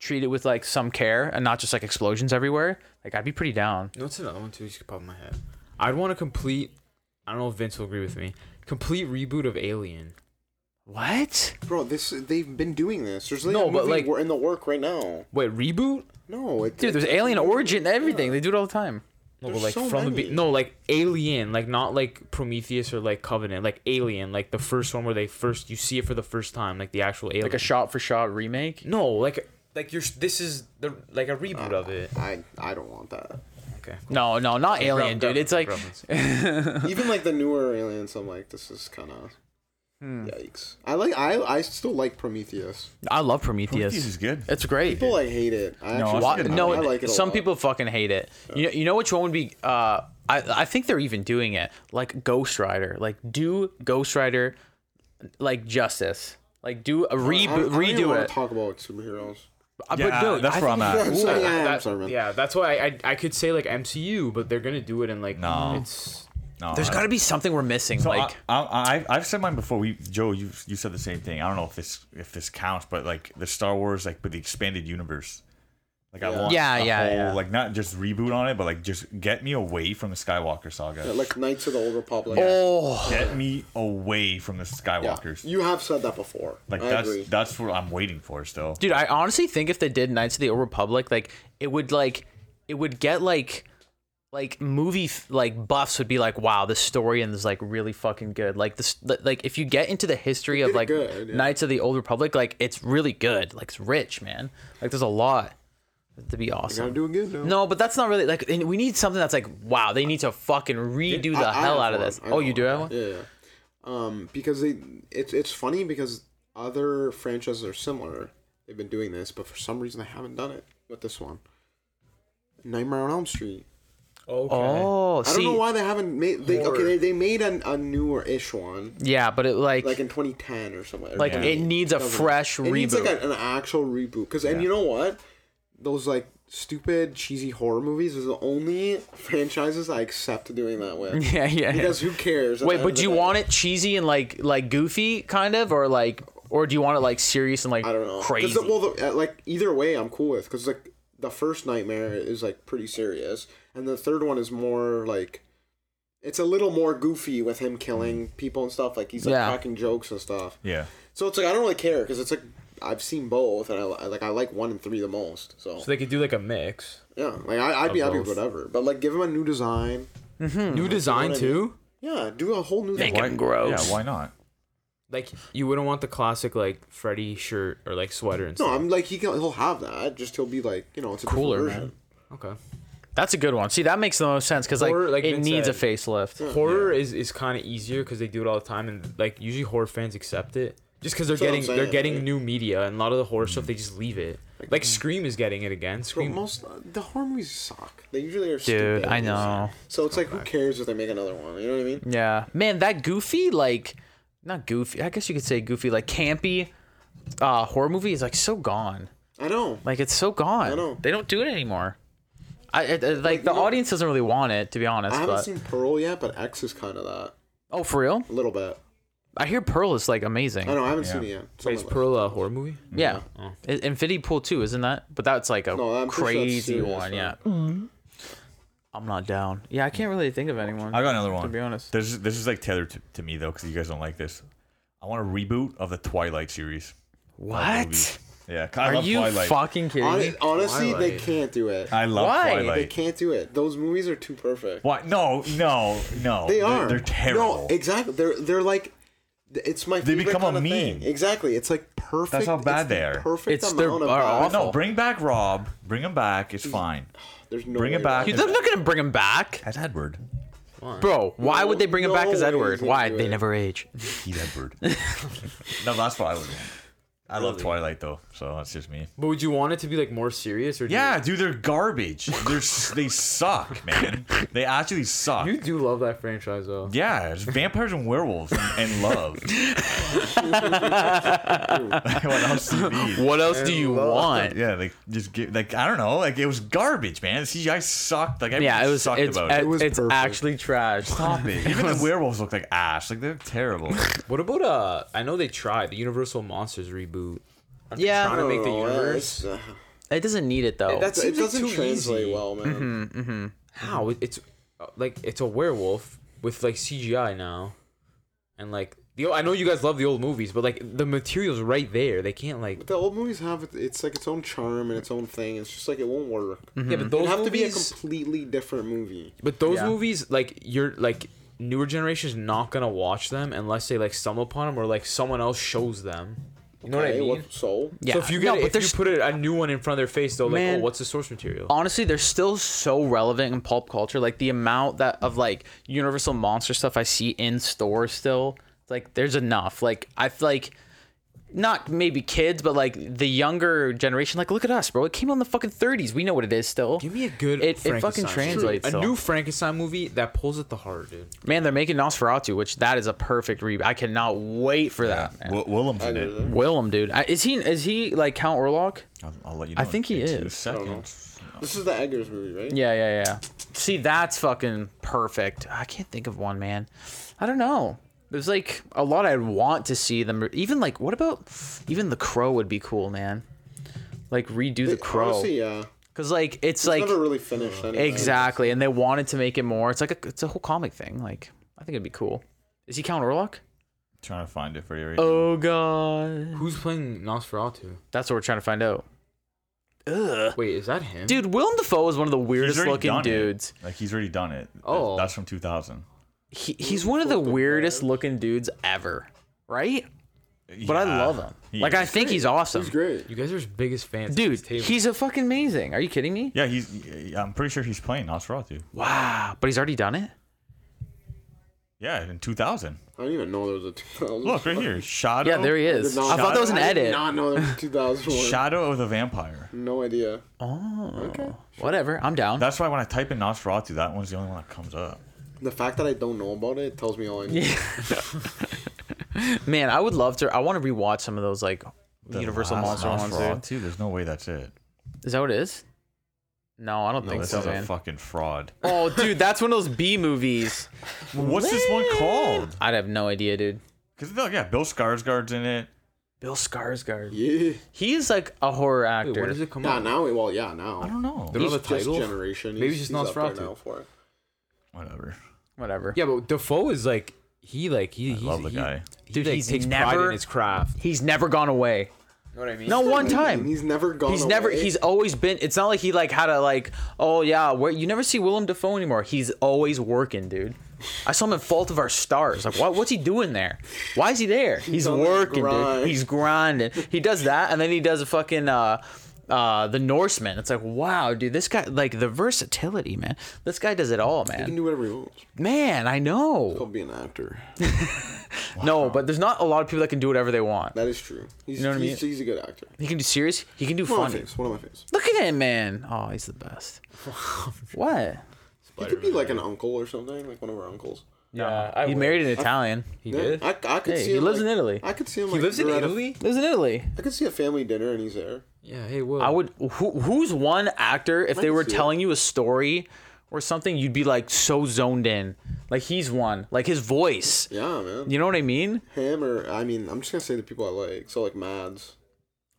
S1: treat it with like some care and not just like explosions everywhere like i'd be pretty down
S2: No, it's another one too. Just pop in my head. I'd want a complete. I don't know if Vince will agree with me. Complete reboot of Alien.
S1: what
S4: Bro, this they've been doing this. There's like
S2: No,
S4: a
S2: but,
S4: movie
S2: like-
S4: we're in the work right now.
S2: Wait, reboot?
S4: No, it,
S1: dude there's alien origin and everything they do it all the time
S2: No,
S4: There's
S2: but like
S4: so
S2: from the
S4: many.
S2: be- no, like Alien, like not like Prometheus or like Covenant, like Alien, like the first one where they first you see it for the first time, like the actual Alien.
S1: like a shot for shot remake
S2: no, like like you're this is the like a reboot of it.
S4: I I don't want that.
S2: Okay.
S1: no no not alien dude it's like
S4: Even like the newer aliens, I'm like, this is kind of yikes. I like I I still like Prometheus.
S1: i love prometheus,
S3: Prometheus is good.
S1: it's great
S4: People like hate it. I actually
S1: Why-
S3: it's good.
S1: no,
S4: I like it. a
S1: some
S4: lot.
S1: people fucking hate it. You know, you know which one would be? Uh, I I think they're even doing it. Like Ghost Rider. Like do Ghost Rider, like justice. Like do a
S4: I
S1: reboot,
S4: don't- I don't even
S1: redo
S4: wanna
S1: it.
S4: Talk about superheroes.
S1: Uh,
S3: Yeah,
S1: dude,
S3: that's
S1: I
S3: where
S1: think it's
S3: I'm at.
S4: I'm
S1: cool.
S4: sorry,
S1: I-
S4: yeah,
S2: That-
S4: I'm sorry, man.
S2: yeah, that's why I, I I could say like MCU, but they're gonna do it in like
S3: No.
S2: it's
S3: No,
S1: There's
S3: I-
S1: got to be something we're missing.
S3: So uh,
S1: like
S3: I, I, I, I've said mine before. We, Joe, you you said the same thing. I don't know if this if this counts, but like the Star Wars, like but the expanded universe, Like I want
S1: Yeah,
S3: a
S1: yeah,
S3: whole,
S1: yeah.
S3: like not just reboot on it, but like just get me away from the Skywalker saga.
S4: Yeah, like Knights of the Old Republic.
S1: Oh,
S3: get me away from the
S4: yeah.
S3: Skywalkers.
S4: You have said that before.
S3: Like
S4: I
S3: that's
S4: agree.
S3: that's what I'm waiting for still.
S1: dude, I honestly think if they did Knights of the Old Republic, like it would like it would get like like movie f- like buffs would be like, wow, this story and is like really fucking good. Like this, li- like if you get into the history of
S4: did
S1: like
S4: good, yeah.
S1: Knights of the Old Republic, like it's really good. Like it's rich, man. Like there's a lot. That'd be awesome.
S4: Gotta do it good now.
S1: No, but that's not really like and we need something that's like wow, they need to fucking redo the
S4: I- I
S1: hell out
S4: have
S1: of
S4: one.
S1: this.
S4: I
S1: Oh, you do have one?
S4: Yeah, yeah. Um, because they it's it's funny because other franchises are similar. They've been doing this, but for some reason they haven't done it with this one. Nightmare on Elm Street.
S2: Okay.
S1: Oh,
S4: I
S1: see,
S4: don't know why they haven't made. They, okay,
S2: Horror.
S4: they, they made an, a newer ish one,
S1: yeah, but it like
S4: like in 2010 or something.
S1: Like,
S4: Yeah.
S1: it needs a fresh
S4: It needs like
S1: reboot.
S4: a- an actual reboot. Because and you know what, those like stupid cheesy horror movies is the only franchises I accept doing that with.
S1: yeah, yeah. yeah.
S4: Because who cares?
S1: Wait, but do you want it cheesy and like like goofy kind of, or like, or do you want it like serious and like
S4: I don't know. 'Cause
S1: crazy?
S4: The, well, the, uh, like either way, I'm cool with because like the first nightmare is like pretty serious, and the third one is more like it's a little more goofy with him killing people and stuff. Like he's like
S1: Yeah.
S4: cracking jokes and stuff.
S3: Yeah.
S4: So it's like I don't really care because it's like I've seen both, and I, I like I like one and three the most. So,
S2: So they could do like a mix.
S4: yeah, like I, I'd be happy with
S2: both.
S4: whatever. But like give him a new design.
S2: New design
S4: Hmm. what I mean.
S2: too.
S4: Yeah, do a whole new.
S1: Make
S4: design.
S1: it gross.
S3: Yeah, why not?
S2: Like you wouldn't want the classic like Freddy shirt or like sweater and
S4: No,
S2: stuff.
S4: I'm like he can, he'll have that. Just he'll be like you know it's a
S1: Cooler,
S4: cooler
S1: man.
S4: version.
S2: Okay.
S1: That's a good one. See, that makes the most sense because like,
S2: Or, like
S1: it
S2: Vince
S1: needs a
S2: said.
S1: facelift.
S2: Horror is, is kind of easier because they do it all the time, and like usually horror fans accept it just because they're
S4: That's what I'm
S2: getting they're
S4: saying, mm.
S2: getting
S4: right?
S2: new media, and a lot of the horror stuff they just leave it. Like, Scream is getting it again.
S4: Bro,
S2: Scream.
S4: most the horror movies suck. They usually are.
S1: Dude,
S4: stupid.
S1: I know.
S4: So it's like, who cares if they make another one? You know what I mean?
S1: Yeah, man, that goofy like, not goofy. I guess you could say goofy, like campy, uh, horror movie is like so gone.
S4: I know.
S1: Like it's so gone.
S4: I know.
S1: They don't do it anymore. I it, it- like
S4: you
S1: the
S4: know-
S1: audience doesn't really want it to be honest.
S4: I haven't
S1: but
S4: seen Pearl yet, but X is kind of that
S1: oh, for real?
S4: a little bit.
S1: I hear Pearl is like amazing.
S4: I know. I haven't
S3: Yeah.
S4: seen it yet. It's on
S2: Wait,
S4: my
S2: is
S4: list.
S2: Pearl a horror movie?
S1: Yeah. I- Infinity Pool 2, isn't that? But that's like a
S4: No, I'm pretty sure that's
S1: crazy
S4: serious,
S1: one,
S4: though.
S1: yeah. I'm not down. Yeah, I can't really think of anyone.
S3: I got another one.
S1: be honest.
S3: this is this is like tethered to, to me though, because you guys don't like this. I want a reboot of the Twilight series. Twilight
S1: what?
S3: movies. Yeah, 'cause I
S1: Are
S3: love
S1: you
S3: Twilight.
S1: fucking kidding
S4: Hon-
S1: me?
S4: honestly, they
S2: Twilight.
S4: can't do it.
S3: I love
S1: Why?
S4: They
S3: Twilight.
S4: can't do it. Those movies are too perfect.
S3: Why? No, no, no.
S4: They
S3: They're-
S4: are.
S3: They're, terrible.
S4: No, exactly. They're they're like. It's my.
S3: They
S4: favorite
S3: become a
S4: kind of thing.
S3: meme.
S4: Exactly. It's like perfect.
S3: how
S4: it's
S3: bad
S4: the
S3: they are.
S4: Perfect
S1: It's- they're-
S4: amount of
S1: are
S4: bad.
S1: awful.
S3: no, bring back Rob. Bring him back. It's fine.
S4: There's no.
S3: Bring it
S4: way
S3: back.
S4: that-
S1: You- They're not going to bring him back.
S3: As Edward.
S1: Bro, why
S4: No-
S1: would they bring him back
S4: no
S1: as
S4: way
S1: Edward?
S4: they would
S1: Why?
S4: do
S1: They
S4: it.
S1: never age.
S3: He's Edward. no, that's what I would want. I love Twilight though, so that's just me.
S2: But would you want it to be like more serious or? do
S3: Yeah, dude, they're garbage. They're s- they suck, man. They actually suck.
S2: You, you do love that franchise though.
S3: Yeah, it's vampires and werewolves and, and love. what else do you need?
S1: What else do you want?
S3: Yeah, like just give like I don't know, like it was garbage, man. The CGI sucked. Like everything
S1: Yeah, it was
S3: sucked
S1: it's,
S3: about
S1: it-
S3: it.
S4: was
S1: it's
S4: perfect.
S1: actually trash.
S3: Stop it. Even the werewolves look like ash. Like they're terrible.
S2: What about uh? I know they tried the Universal Monsters reboot. Aren't they
S1: Yeah.
S2: Trying to make the
S4: No,
S2: universe.
S4: it's- uh,
S1: It doesn't need it though.
S2: That's
S4: it
S2: seems like
S4: doesn't
S2: too
S4: translate
S2: easy. Mm-hmm.
S4: well, man.
S2: How
S4: Hmm.
S2: It- it's uh, like it's a werewolf with like CGI now, and like the I know you guys love the old movies, but like the material's right there. They can't like
S4: The old movies have it- it's like its own charm and its own thing. It's just like it won't work.
S1: Mm-hmm.
S2: yeah, but
S4: It'd
S2: those
S4: have to be a
S2: movies.
S4: completely different movie.
S2: but those
S1: Yeah.
S2: movies like you're like newer generations not gonna watch them unless they like stumble upon them or like someone else shows them. You know
S4: Okay,
S2: what I mean?
S4: what- so
S1: yeah.
S2: So if you
S1: No,
S2: get it,
S1: but
S2: if
S1: there's-
S2: you put it, a new one in front of their face, though, like,
S1: Man.
S2: oh, what's the source material?
S1: honestly they're still so relevant in pulp culture like the amount that of like universal monster stuff i see in stores still it's like there's enough like i feel like not maybe kids but like the younger generation like look at us bro it came out in the fucking 30s we know what it is still
S2: Give me a good.
S1: it, it fucking
S2: Frankenstein movie.
S1: translates
S2: A
S1: still.
S2: new Frankenstein movie that pulls at the heart, dude.
S1: man they're making nosferatu which that is a perfect re i cannot wait for that man.
S3: Will- Willem's in it.
S1: willem dude I, is he is he like count orlok
S3: I'll, I'll let you know.
S1: I think he
S3: in two
S1: is.
S3: Seconds.
S4: this is the Eggers movie, right?
S1: Yeah, yeah, yeah. See, that's fucking perfect. I can't think of one, man. I don't know. There's like a lot I'd want to see them. Even like, what about even the Crow would be cool, man. Like redo the Crow.
S4: Honestly, yeah.
S1: because like it's like
S4: never really finished. anyway.
S1: exactly, and they wanted to make it more. It's like a, it's a whole comic thing. Like I think it'd be cool. Is he Count Orlok?
S3: trying to find it for you. Right now.
S1: Oh god,
S2: Who's playing Nosferatu?
S1: that's what we're trying to find out. Ugh.
S2: Wait, is that him?
S1: Dude, Willem Dafoe is one of the weirdest
S3: already
S1: looking
S3: done it.
S1: dudes.
S3: Like he's already done it. That-
S2: Oh.
S3: that's from 2000.
S1: He, he's one of the weirdest looking dudes ever, right? But I
S3: Yeah,
S1: love him.
S3: he
S1: Like I
S3: is.
S1: think he's awesome,
S4: He's great.
S2: You guys are his biggest fans. at
S1: dude.
S2: this table.
S1: He's a fucking amazing. Are you kidding me?
S3: Yeah, he's. yeah, I'm pretty sure he's playing Nosferatu.
S1: Wow, but he's already done it.
S3: Yeah, in 2000.
S4: I didn't even know there was a 2000.
S3: Look right here, Shadow.
S1: Yeah, there he
S4: I did
S1: is.
S4: not-
S1: I thought that was an
S4: I did
S1: edit.
S4: Not know there was a 2001.
S3: Shadow of the Vampire.
S4: No idea.
S1: Oh, whatever. I'm down.
S3: That's why when I type in Nosferatu, that one's the only one that comes up.
S4: The fact that I don't know about it tells me all I need.
S1: Man, I would love to. I want to rewatch some of those like
S3: The
S1: Universal
S3: last
S1: Monster ones. dude.
S3: Nosferatu, There's no way that's it.
S1: Is that what it is? No, I don't think
S3: This
S1: so,
S3: is a
S1: man.
S3: fucking fraud.
S1: oh, dude, that's one of those B movies.
S3: What's this one called?
S1: I'd have no idea, dude.
S3: Because yeah, Bill Skarsgård's in it.
S1: Bill Skarsgård.
S4: Yeah.
S1: He is like a horror actor.
S2: Wait, when does it come
S4: Nah,
S2: out?
S4: now, well, yeah, now.
S3: I don't know.
S2: They don't have a
S4: Just
S2: title.
S4: generation.
S2: Maybe
S4: he's,
S2: just not
S4: he's up
S2: Nosferatu.
S4: there now for it.
S3: Whatever.
S1: Whatever.
S2: Yeah, but Defoe is like he like he.
S3: I
S2: he's,
S3: love the
S2: he-
S3: guy.
S2: He,
S1: Dude,
S2: like,
S1: he's
S2: takes pride
S1: never-
S2: in his craft.
S1: He's never gone away.
S2: You know what I mean?
S1: No one time.
S4: He's never gone.
S1: He's never.
S4: away.
S1: He's always been. It's not like he like had a like. Oh yeah, where you never see Willem Dafoe anymore. He's always working, dude. I saw him in Fault of Our Stars. Like, what, what's he doing there? Why is he there? He's,
S4: on the
S1: working, dude.
S4: grind.
S1: He's grinding. He does that, and then he does a fucking uh, uh, the Norseman. It's like, wow, dude, this guy like the versatility, man. This guy does it all,
S4: He can
S1: man.
S4: do whatever he wants.
S1: Man, I
S4: He'll
S1: know.
S4: be an actor. Oh,
S1: No, but there's not a lot of people that can do whatever they want.
S4: That is true. He's,
S1: know what I
S4: he's, he's a good actor.
S1: He can do serious. He can do
S4: One of my
S1: funny.
S4: faves. One of my faves.
S1: Look at him, man. Oh, he's the best. what?
S4: He could be like an uncle or something, like one of our uncles.
S2: Yeah, I
S1: he
S2: would.
S1: married an Italian.
S2: He
S4: Yeah,
S2: did.
S4: I, I could
S1: Hey,
S4: see
S1: he
S4: him,
S1: lives
S4: like-
S1: in Italy.
S4: I could see him.
S2: He
S4: like,
S2: lives in
S4: you're at a-
S2: Italy.
S1: Lives in Italy.
S4: I could see a family dinner and he's there.
S2: Yeah. Hey, Will.
S1: I would. Who, who's one actor? If they
S4: can
S1: were
S4: see it.
S1: telling you a story or something, you'd be like so zoned in. Like he's one. Like his voice.
S4: Yeah, man.
S1: You know what I mean?
S4: Him or I mean, I'm just gonna say the people I like. So like Mads.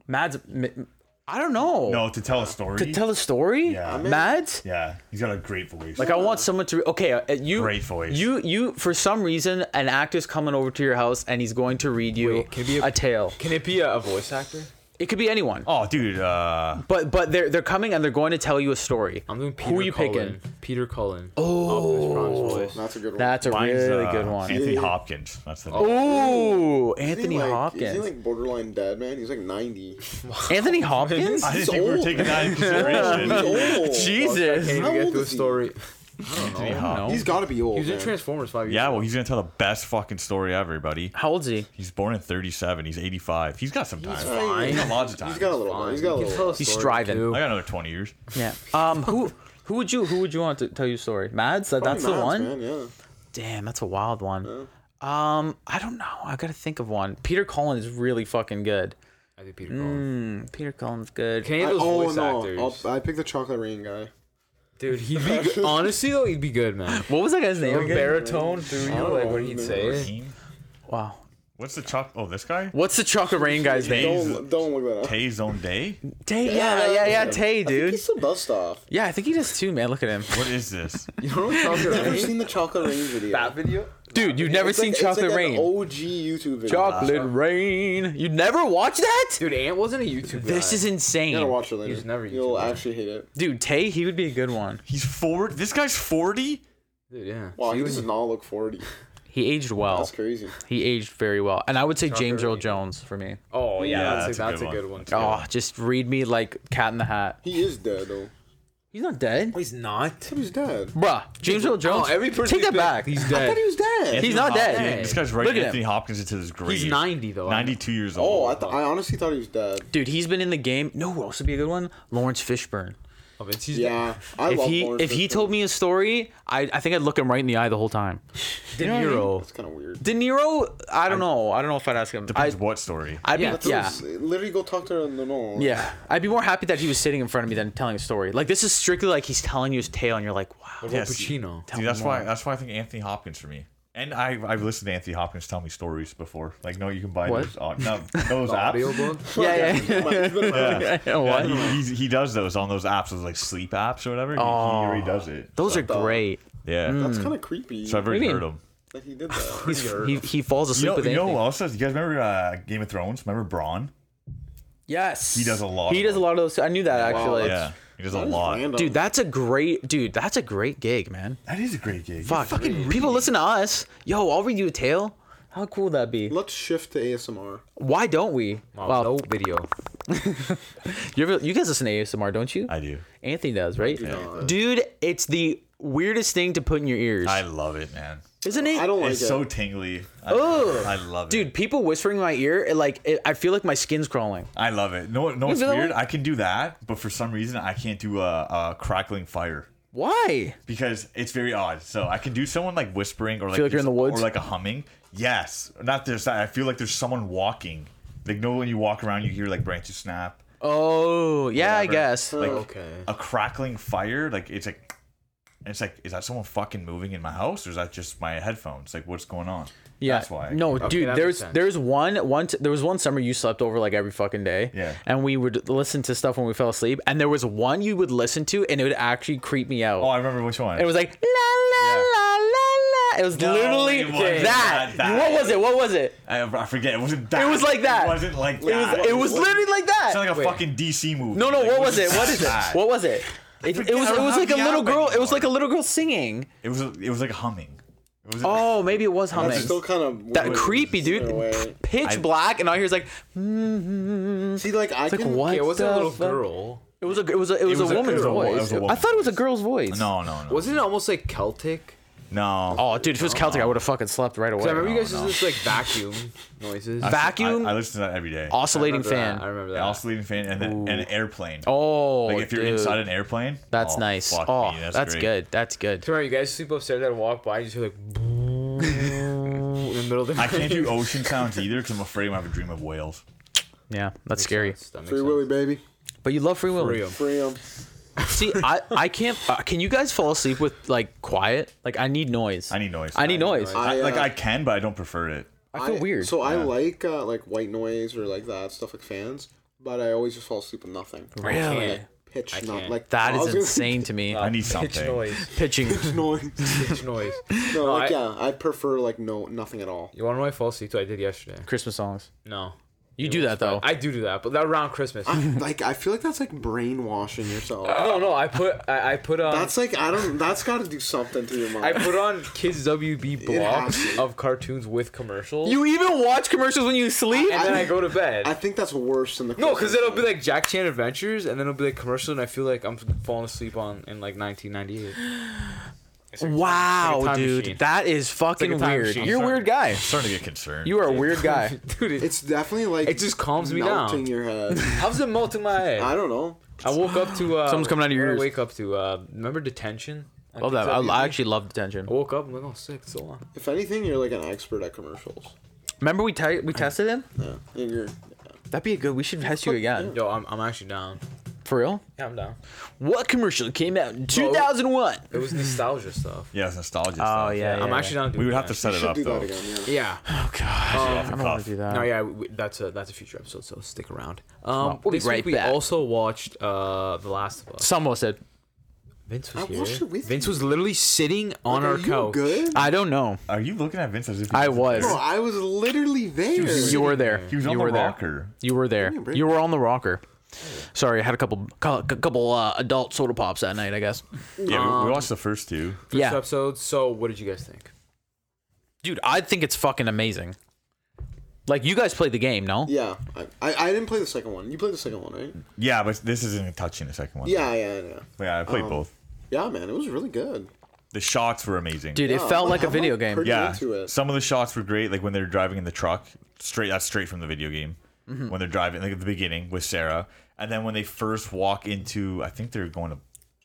S1: Mads. M- I don't know.
S3: No, to tell a story.
S1: To tell a story.
S3: Yeah. I mean-
S1: Mads.
S3: yeah, he's got a great voice.
S1: Like I want someone to okay uh, you
S3: Great voice.
S1: you you for some reason an actor's coming over to your house and he's going to read you
S2: Wait, can it be
S1: a,
S2: a-
S1: tale.
S2: Can it be a, a voice actor?
S1: It could be anyone.
S3: oh, dude. Uh,
S1: But but they're they're coming and they're going to tell you a story.
S2: I'm doing Peter
S1: Who are you
S2: Cullen.
S1: picking?
S2: Peter Cullen. Oh,
S4: That's a good one.
S1: That's a
S3: mine's,
S1: really
S3: uh,
S1: good one. Oh,
S3: Anthony Hopkins. That's the.
S1: Ooh,
S4: Is he,
S1: Anthony
S4: like- Is he
S1: Hopkins.
S4: like borderline dead, man? He's like 90.
S1: Anthony Hopkins?
S3: I didn't
S4: he's
S3: think we were
S4: old.
S3: taking that into
S4: He's
S3: consideration.
S4: old.
S1: Jesus.
S4: How
S2: How
S4: old
S2: get to a
S4: is he?
S2: story.
S3: Anthony Hopkins.
S4: He's got to be old.
S2: He was in
S4: man.
S2: Transformers five years.
S3: Yeah,
S2: ago.
S3: well, he's gonna tell the best fucking story ever, buddy.
S1: How old is he?
S3: He's born in 37. He's 85. He's got some time.
S4: He's fine.
S3: He's got lots of time.
S4: He's got a little. He's got a
S2: You can tell
S4: little.
S2: a
S1: He's
S2: story,
S1: striving.
S2: too.
S3: I got another 20 years.
S1: Yeah. Um who who would you who would you want to tell your story? Mads? That, that's the
S4: Mads,
S1: one?
S4: Man, yeah.
S1: Damn, that's a wild one. Um, I don't know. I gotta think of one. Peter Cullen is really fucking good.
S2: I think Peter Cullen.
S1: Mm, Peter Cullen's good.
S2: Can any of
S4: I,
S2: those
S4: oh
S2: voice actors?
S4: no! I'll, I picked the chocolate rain guy.
S2: Dude, he'd be good. honestly though, he'd be good, man.
S1: what was that guy's name?
S2: A
S1: Again?
S2: baritone through you,
S4: Oh,
S2: like what he'd say.
S3: Raheem?
S1: Wow.
S3: What's the chop? Oh, this guy?
S1: What's the Chocolate Rain guy's name?
S4: Don't don't look that up.
S3: Tay Zone Day?
S1: Tay, yeah, yeah, yeah,
S4: Yeah.
S1: Tay, dude.
S4: He still does stuff.
S1: Yeah, I think he does too, man. Look at him.
S3: What is this?
S2: You know what I'm talking
S4: Have
S2: about?
S4: you seen the chocolate rain video?
S2: That video?
S1: Dude, you've never
S4: It's
S1: seen
S4: like- it's
S1: Chocolate
S4: like
S1: Rain.
S4: An OG YouTube video.
S1: Chocolate Rain. You never watched that?
S2: Dude, Ant wasn't a YouTube.
S1: this
S2: guy.
S1: is insane.
S4: You gotta watch it later.
S2: He's never
S4: You'll
S2: YouTube.
S4: actually hate it.
S1: Dude, Tay, he would be a good one.
S3: He's 40? This guy's 40?
S2: Dude, yeah.
S4: Wow,
S2: See,
S4: he
S2: when
S4: does
S2: you-
S4: not look forty.
S1: He aged well.
S4: That's crazy.
S1: He aged very well. And I would say James Earl
S2: Rain.
S1: Jones for me.
S2: Oh yeah,
S3: Yeah,
S2: that's,
S3: that's a
S2: a,
S3: good
S2: that's a
S3: one.
S2: good one.
S3: That's
S1: Oh,
S2: too.
S1: just read me like Cat in the Hat.
S4: He is dead though.
S1: He's not dead.
S2: he's not.
S4: He's dead.
S1: Bruh, James Earl Jones.
S2: Oh, every person
S1: take that
S2: he's been-
S1: back.
S2: He's
S4: I
S2: dead.
S4: thought he was dead.
S3: Anthony
S1: not dead.
S3: Hopkins- This guy's right
S1: Look at
S3: Anthony
S1: him.
S3: Hopkins into his grave.
S2: He's 90 though.
S3: 92 years
S4: Oh,
S3: old.
S4: I, th- I honestly thought he was dead.
S1: Dude, he's been in the game. No, who else would be a good one? Lawrence Fishburne.
S2: Oh, Vince, he's
S4: Yeah, I
S1: if
S4: love
S1: he
S4: Lawrence
S1: if he
S4: Fishburne.
S1: told me a story, I, I think I'd look him right in the eye the whole time.
S2: dead. De Niro.
S4: That's kind of weird.
S1: De Niro, I don't know. I don't know if I'd ask him. I,
S3: Depends what story.
S1: I'd be
S2: Yeah,
S4: That's what
S1: yeah.
S4: I'm saying. Literally go talk to him. No, no.
S1: Yeah, I'd be more happy that he was sitting in front of me than telling a story. Like this is strictly like he's telling you his tale, and you're like, wow.
S2: What about Pacino?
S3: Dude, that's why, that's why I think Anthony Hopkins for me. And I, I've listened to Anthony Hopkins tell me stories before. Like, no, you can buy
S1: What?
S3: those, on, no, those apps.
S2: Audiobook.
S1: Yeah, yeah.
S3: Yeah.
S1: Yeah, what?
S3: Yeah, he, he, he does those on those apps, those like sleep apps or whatever. He,
S1: Oh.
S3: he already does it.
S1: Those are
S4: the-
S1: great.
S3: Yeah.
S1: Mm.
S4: That's kind of creepy.
S3: So I've already
S1: What do you
S3: heard
S1: mean?
S3: him.
S4: that he did that.
S1: Hmm. He's, he, he falls asleep
S3: You know,
S1: with
S3: you know
S1: Anthony.
S3: who else does? You guys remember uh, Game of Thrones? Remember Braun?
S1: Yes.
S3: He does a lot
S1: He
S3: of
S1: does a
S3: them.
S1: lot of those. I knew that actually.
S4: that's-
S3: Yeah. He does a
S4: That is
S3: lot.
S4: random.
S1: Dude, that's a great dude. That's a great gig, man.
S3: That is a great gig. You
S1: Fuck.
S3: fucking
S1: People listen to us. Yo, I'll read you a tale. How cool would that be?
S4: Let's shift to ASMR.
S1: Why don't
S3: Oh,
S1: we?
S2: Wow.
S1: Well,
S2: No video.
S1: you ever, you guys listen to ASMR, don't you?
S3: I do.
S1: Anthony does, right?
S4: not.
S1: Dude, it's the weirdest thing to put in your ears,
S3: I love it, man.
S1: isn't it?
S4: I don't like
S3: It's
S4: it.
S3: so tingly. I, I love it.
S1: Dude, people whispering in my ear, it, like it, I feel like my skin's crawling.
S3: I love it. No, no, it's
S1: feel that
S3: weird.
S1: way?
S3: I can do that, but for some reason, I can't do a, a crackling fire
S1: Why?
S3: because it's very odd. So I can do someone like whispering or like,
S1: Feel like you're in the woods?
S3: or like a humming. Yes, not there's. that. I feel like there's someone walking. Like no, when you walk around, you hear like branches snap.
S1: Oh, yeah, I
S3: Whatever.
S1: guess.
S3: Like
S2: Okay.
S3: a crackling fire. Like it's like. And it's like, is that someone fucking moving in my house, or is that just my headphones? Like, what's going on?
S1: Yeah.
S3: That's why. I
S1: No, dude.
S2: that
S1: There's
S2: makes sense.
S1: there's one one t- there was one summer you slept over like every fucking day.
S3: Yeah.
S1: And we would listen to stuff when we fell asleep. And there was one you would listen to, and it would actually creep me out.
S3: Oh, I remember which one.
S1: it was like la la
S3: Yeah.
S1: la la la. It was
S3: No,
S1: literally
S3: it wasn't
S1: that.
S3: that.
S1: What was it? What was it?
S3: I, I forget. It wasn't that.
S1: It was like that.
S3: It wasn't like
S1: It was
S3: that.
S1: it was literally like that.
S3: It's not like a fucking DC movie.
S1: no, no.
S3: Like,
S1: What was it?
S3: wasn't
S1: What is it?
S3: that.
S1: What was it? It, it
S3: forget-
S1: was
S3: I
S1: it
S3: don't
S1: was
S3: have
S1: like a
S3: the
S1: little
S3: app
S1: girl. It was
S3: anymore.
S1: like a little girl singing.
S3: It was. It was like humming. It was
S1: Oh, maybe it was humming.
S4: That's still kind of
S1: that creepy dude, pitch
S3: I-
S1: black, and all I hear is like,
S4: See, like I
S1: like
S4: can.
S1: what?
S2: Yeah, it wasn't
S1: the
S2: a little
S1: fuck?
S2: girl.
S1: It was a it was a it was,
S3: was
S1: a
S3: a-
S1: woman's
S3: it was a wo- it
S1: voice.
S3: was a
S1: I
S3: woman's
S1: thought it was a girl's voice.
S3: No, no, no.
S2: Wasn't it almost like Celtic?
S3: no.
S1: Oh, dude, if it was Celtic, I would have fucking slept right away.
S2: I remember you guys
S3: no.
S2: used this like vacuum noises.
S1: I vacuum?
S3: I, I listen to that every day.
S1: Oscillating
S2: remember that,
S1: fan.
S2: I remember that.
S3: An oscillating fan and then an airplane.
S1: Oh,
S3: like if you're
S1: dude.
S3: inside an airplane.
S1: That's
S3: oh,
S1: nice.
S3: fuck
S1: Oh,
S3: me,
S1: that's,
S3: that's, great.
S1: good. That's good.
S2: Tomorrow, you guys sleep upstairs and walk by, you just hear like in the middle of the
S3: I can't do ocean sounds either because I'm afraid I'm gonna have a dream of whales.
S1: Yeah, that's scary.
S4: Free Willy, baby.
S1: But you love free will.
S2: Free 'em.
S4: Free him.
S1: See, I I can't. Uh, can you guys fall asleep with like quiet? Like I need noise.
S3: I need noise.
S1: I need noise.
S4: noise.
S1: I,
S3: I,
S4: I, uh,
S3: like I can, but I don't prefer it.
S1: feel weird.
S4: So I like uh, like white noise or like that stuff like fans, but I always just fall asleep with nothing.
S1: Really?
S4: Like, pitch, not
S2: can't.
S4: like
S1: that
S4: I was
S1: is
S4: gonna-
S1: insane to me.
S3: I need
S2: Pitch
S3: something.
S2: noise.
S1: Pitching.
S4: noise.
S2: Pitch noise.
S4: No, like
S2: I-
S4: yeah, I prefer like no nothing at all.
S2: You want to know what I fall asleep to? I did yesterday.
S1: Christmas songs.
S2: No.
S1: You do that though.
S2: I do do that, but that around Christmas.
S4: like I feel like that's like brainwashing yourself.
S2: no, no, I put I, I put on
S4: That's like I don't. That's got to do something to your mind.
S2: I put on kids WB
S4: has
S2: blocks
S4: to.
S2: of cartoons with commercials.
S1: You even watch commercials when you sleep?
S2: and then I go to
S4: I
S2: bed.
S4: think that's worse than the.
S2: No, because it'll be like Jack Chan Adventures, and then it'll be like commercials, and I feel like I'm falling asleep on in like 1998.
S1: Wow,
S2: It's like a time
S1: dude,
S2: machine.
S1: that is fucking
S2: time
S1: weird.
S2: machine.
S1: You're a
S2: Sorry.
S1: weird guy.
S3: I'm starting to get concerned.
S1: You are a weird guy.
S2: Dude, it,
S4: It's definitely like
S2: It just calms me
S4: melting
S2: down.
S4: your head.
S2: how's it melting my head?
S4: I don't know.
S2: I woke up to uh,
S1: Something's coming out of your
S2: what did
S1: ears.
S2: I wake up to uh, remember detention. on
S1: Love that. I,
S2: KZWB?
S1: I actually love detention.
S2: I woke up and I'm like, oh, sick, so long.
S4: If anything, you're like an expert at commercials.
S1: Remember we t- we tested him?
S4: Yeah, and you're.
S1: That'd be a good. We should test you again.
S2: Yo, I'm, I'm actually down.
S1: For real?
S2: Yeah, I'm down.
S1: What commercial came out in 2001?
S2: It was nostalgia stuff.
S3: Yeah, it's nostalgia. stuff.
S1: Oh, yeah,
S2: I'm
S1: yeah.
S2: actually down. To do
S3: We would
S2: it
S3: have to
S2: again.
S3: set
S4: You
S3: it
S4: should
S3: up
S4: do
S3: though.
S4: that again. Uh, Yeah.
S2: Yeah.
S1: Oh god. I don't want
S3: cuff.
S1: to do that.
S2: No, yeah, we, that's a that's a future episode, so stick around. Um,
S1: we'll be
S2: this
S1: right
S2: week we
S1: back.
S2: also watched uh, The Last of Us.
S1: Someone said,
S2: Vince was
S4: I
S2: here.
S4: watched it with
S2: Vince
S4: you.
S2: was literally sitting on
S4: Are
S2: our
S4: you
S2: couch.
S4: good?
S1: "I don't know.
S3: Are you looking at Vince as if he
S1: I
S3: doesn't
S1: was.
S4: Bro,
S3: care?
S4: I was literally there.
S1: You were there.
S3: He was
S1: you
S3: on
S1: were
S3: the
S1: there.
S3: rocker.
S1: You were there.
S4: me a break.
S1: You were on the rocker." Sorry, I had a couple cou- couple uh, adult soda pops that night. I guess.
S3: Yeah, we- we watched the first two.
S2: First
S1: yeah,
S2: episode. So, what did you guys think?
S1: dude, I think it's fucking amazing. Like you guys played the game, no?
S4: Yeah, I, I, I didn't play the second one. You played the second one, right?
S3: Yeah, but this isn't touching the second one.
S4: Yeah, yeah, yeah.
S3: yeah, I played both.
S4: Yeah, man, it was really good.
S3: The shots were amazing.
S1: Dude, it
S4: Yeah,
S1: felt
S4: I'm-
S1: like a
S4: I'm,
S1: video
S4: like,
S1: game.
S4: pretty-
S3: yeah,
S4: into it.
S3: some of the shots were great. Like when they're driving in the truck, straight that's straight from the video game.
S4: Mm-hmm.
S3: When they're driving, like at the beginning with Sarah, and then when they first walk into, I think they're going to,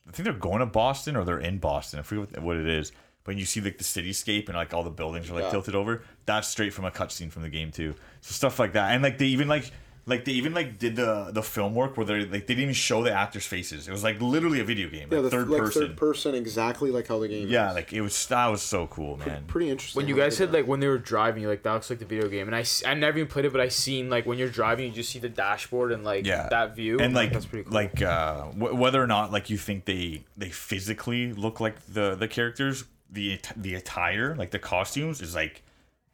S3: I think they're going to Boston or they're in Boston. I forget what, what it is. But you see like the cityscape and like all the buildings are like tilted over. That's straight from a cutscene from the game too. So stuff like that, and like they even like Like they even like did the the film work where they like they didn't even show the actors' faces. It was like literally a video game,
S4: Yeah,
S3: like
S4: the
S3: third
S4: like
S3: person.
S4: third person, exactly like how the game.
S3: yeah,
S4: is.
S3: like it was that was so cool, man.
S4: pretty interesting.
S2: When you
S4: how they
S2: guys
S4: did
S2: said like when they were driving, you're like that looks like the video game, and I, s- I never even played it, but I seen like when you're driving, you just see the dashboard and like
S3: yeah,
S2: that view,
S3: and like
S2: that's pretty cool.
S3: like uh, w- whether or not like you think they they physically look like the the characters, the at- the attire, like the costumes, is like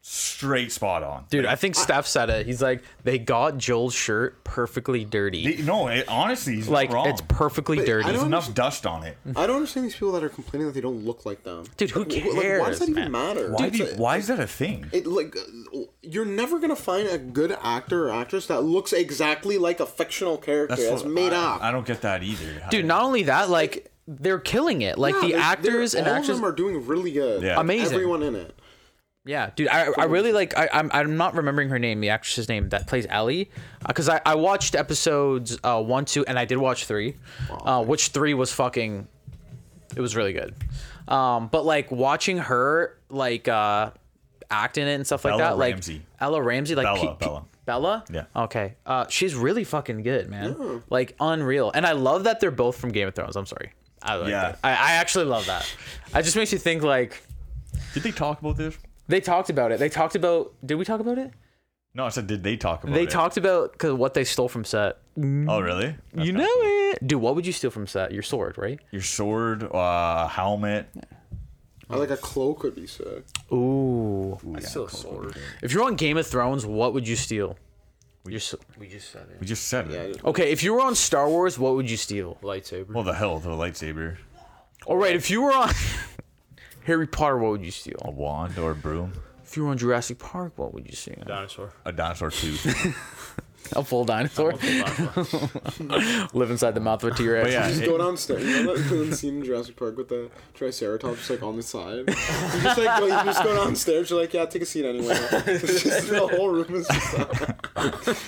S3: straight spot on,
S1: Dude, I think Steph said it. He's like, they got Joel's shirt perfectly dirty.
S3: They- no, it, honestly, he's
S1: Like
S3: not wrong.
S1: it's perfectly
S4: But
S1: dirty.
S4: I
S3: There's
S4: don't-
S3: enough dust on it.
S4: I don't understand these people that are complaining that they don't look like them.
S1: Dude, who
S4: Like, why
S1: cares,
S4: does that
S1: man?
S4: even matter?
S3: Why,
S4: It's
S3: do you,
S4: a-
S3: why is that a thing?
S4: It like uh, you're never gonna find a good actor or actress that looks exactly like a fictional character that's,
S3: what-
S4: made
S3: I,
S4: up.
S3: I don't get that either.
S1: Dude, not only that, like they're killing it. Like
S4: Yeah,
S1: the
S4: they're-
S1: actors
S4: they're-
S1: and
S4: all
S1: actors.
S4: of them are doing really good.
S3: Yeah.
S1: Amazing.
S4: Everyone in it.
S1: Yeah, dude, I, I really like. I, I'm I'm not remembering her name, the actress's name that plays Ellie, because I, I watched episodes uh, one, two, and I did watch three, uh, which three was fucking, it was really good. Um, but like watching her like uh, act in it and stuff like
S3: Bella
S1: that, like
S3: Ramsey.
S1: Ella Ramsey, like
S3: Bella, Bella.
S1: Bella?
S3: Yeah.
S1: Okay. Uh, she's really fucking good, man. Like unreal. And I love that they're both from Game of Thrones. I'm sorry. I like
S3: Yeah.
S1: that. I, I actually love that. It just makes you think like.
S3: Did they talk about this?
S1: They talked about it. They talked about. Did we talk about it?
S3: No, I said, did they talk about
S1: they
S3: it?
S1: talked about cause what they stole from Set.
S3: Oh, really?
S1: you know it, dude. What would you steal from Set? Your sword, right?
S3: Your sword, uh, helmet.
S4: Or like a cloak would be sick.
S1: Ooh.
S2: I still have sword.
S1: If you're on Game of Thrones, what would you steal? Your s
S2: We just said it.
S3: We just said
S4: Yeah,
S3: it.
S1: okay. If you were on Star Wars, what would you steal?
S2: Lightsaber.
S3: Well, the hell, the lightsaber,
S1: All right. If you were on Harry Potter, what would you
S3: a
S1: steal?
S3: wand or a broom,
S1: If you were on Jurassic Park, what would you steal?
S2: dinosaur.
S3: a dinosaur tooth.
S1: A full dinosaur. Live inside the mouth of a T-Rex.
S3: But yeah,
S4: just
S3: it-
S4: go downstairs. You know that that scene in Jurassic Park with the Triceratops just, like on the side. You just like go, you just go downstairs. You're like, yeah, take a seat anyway. It's just the whole room is just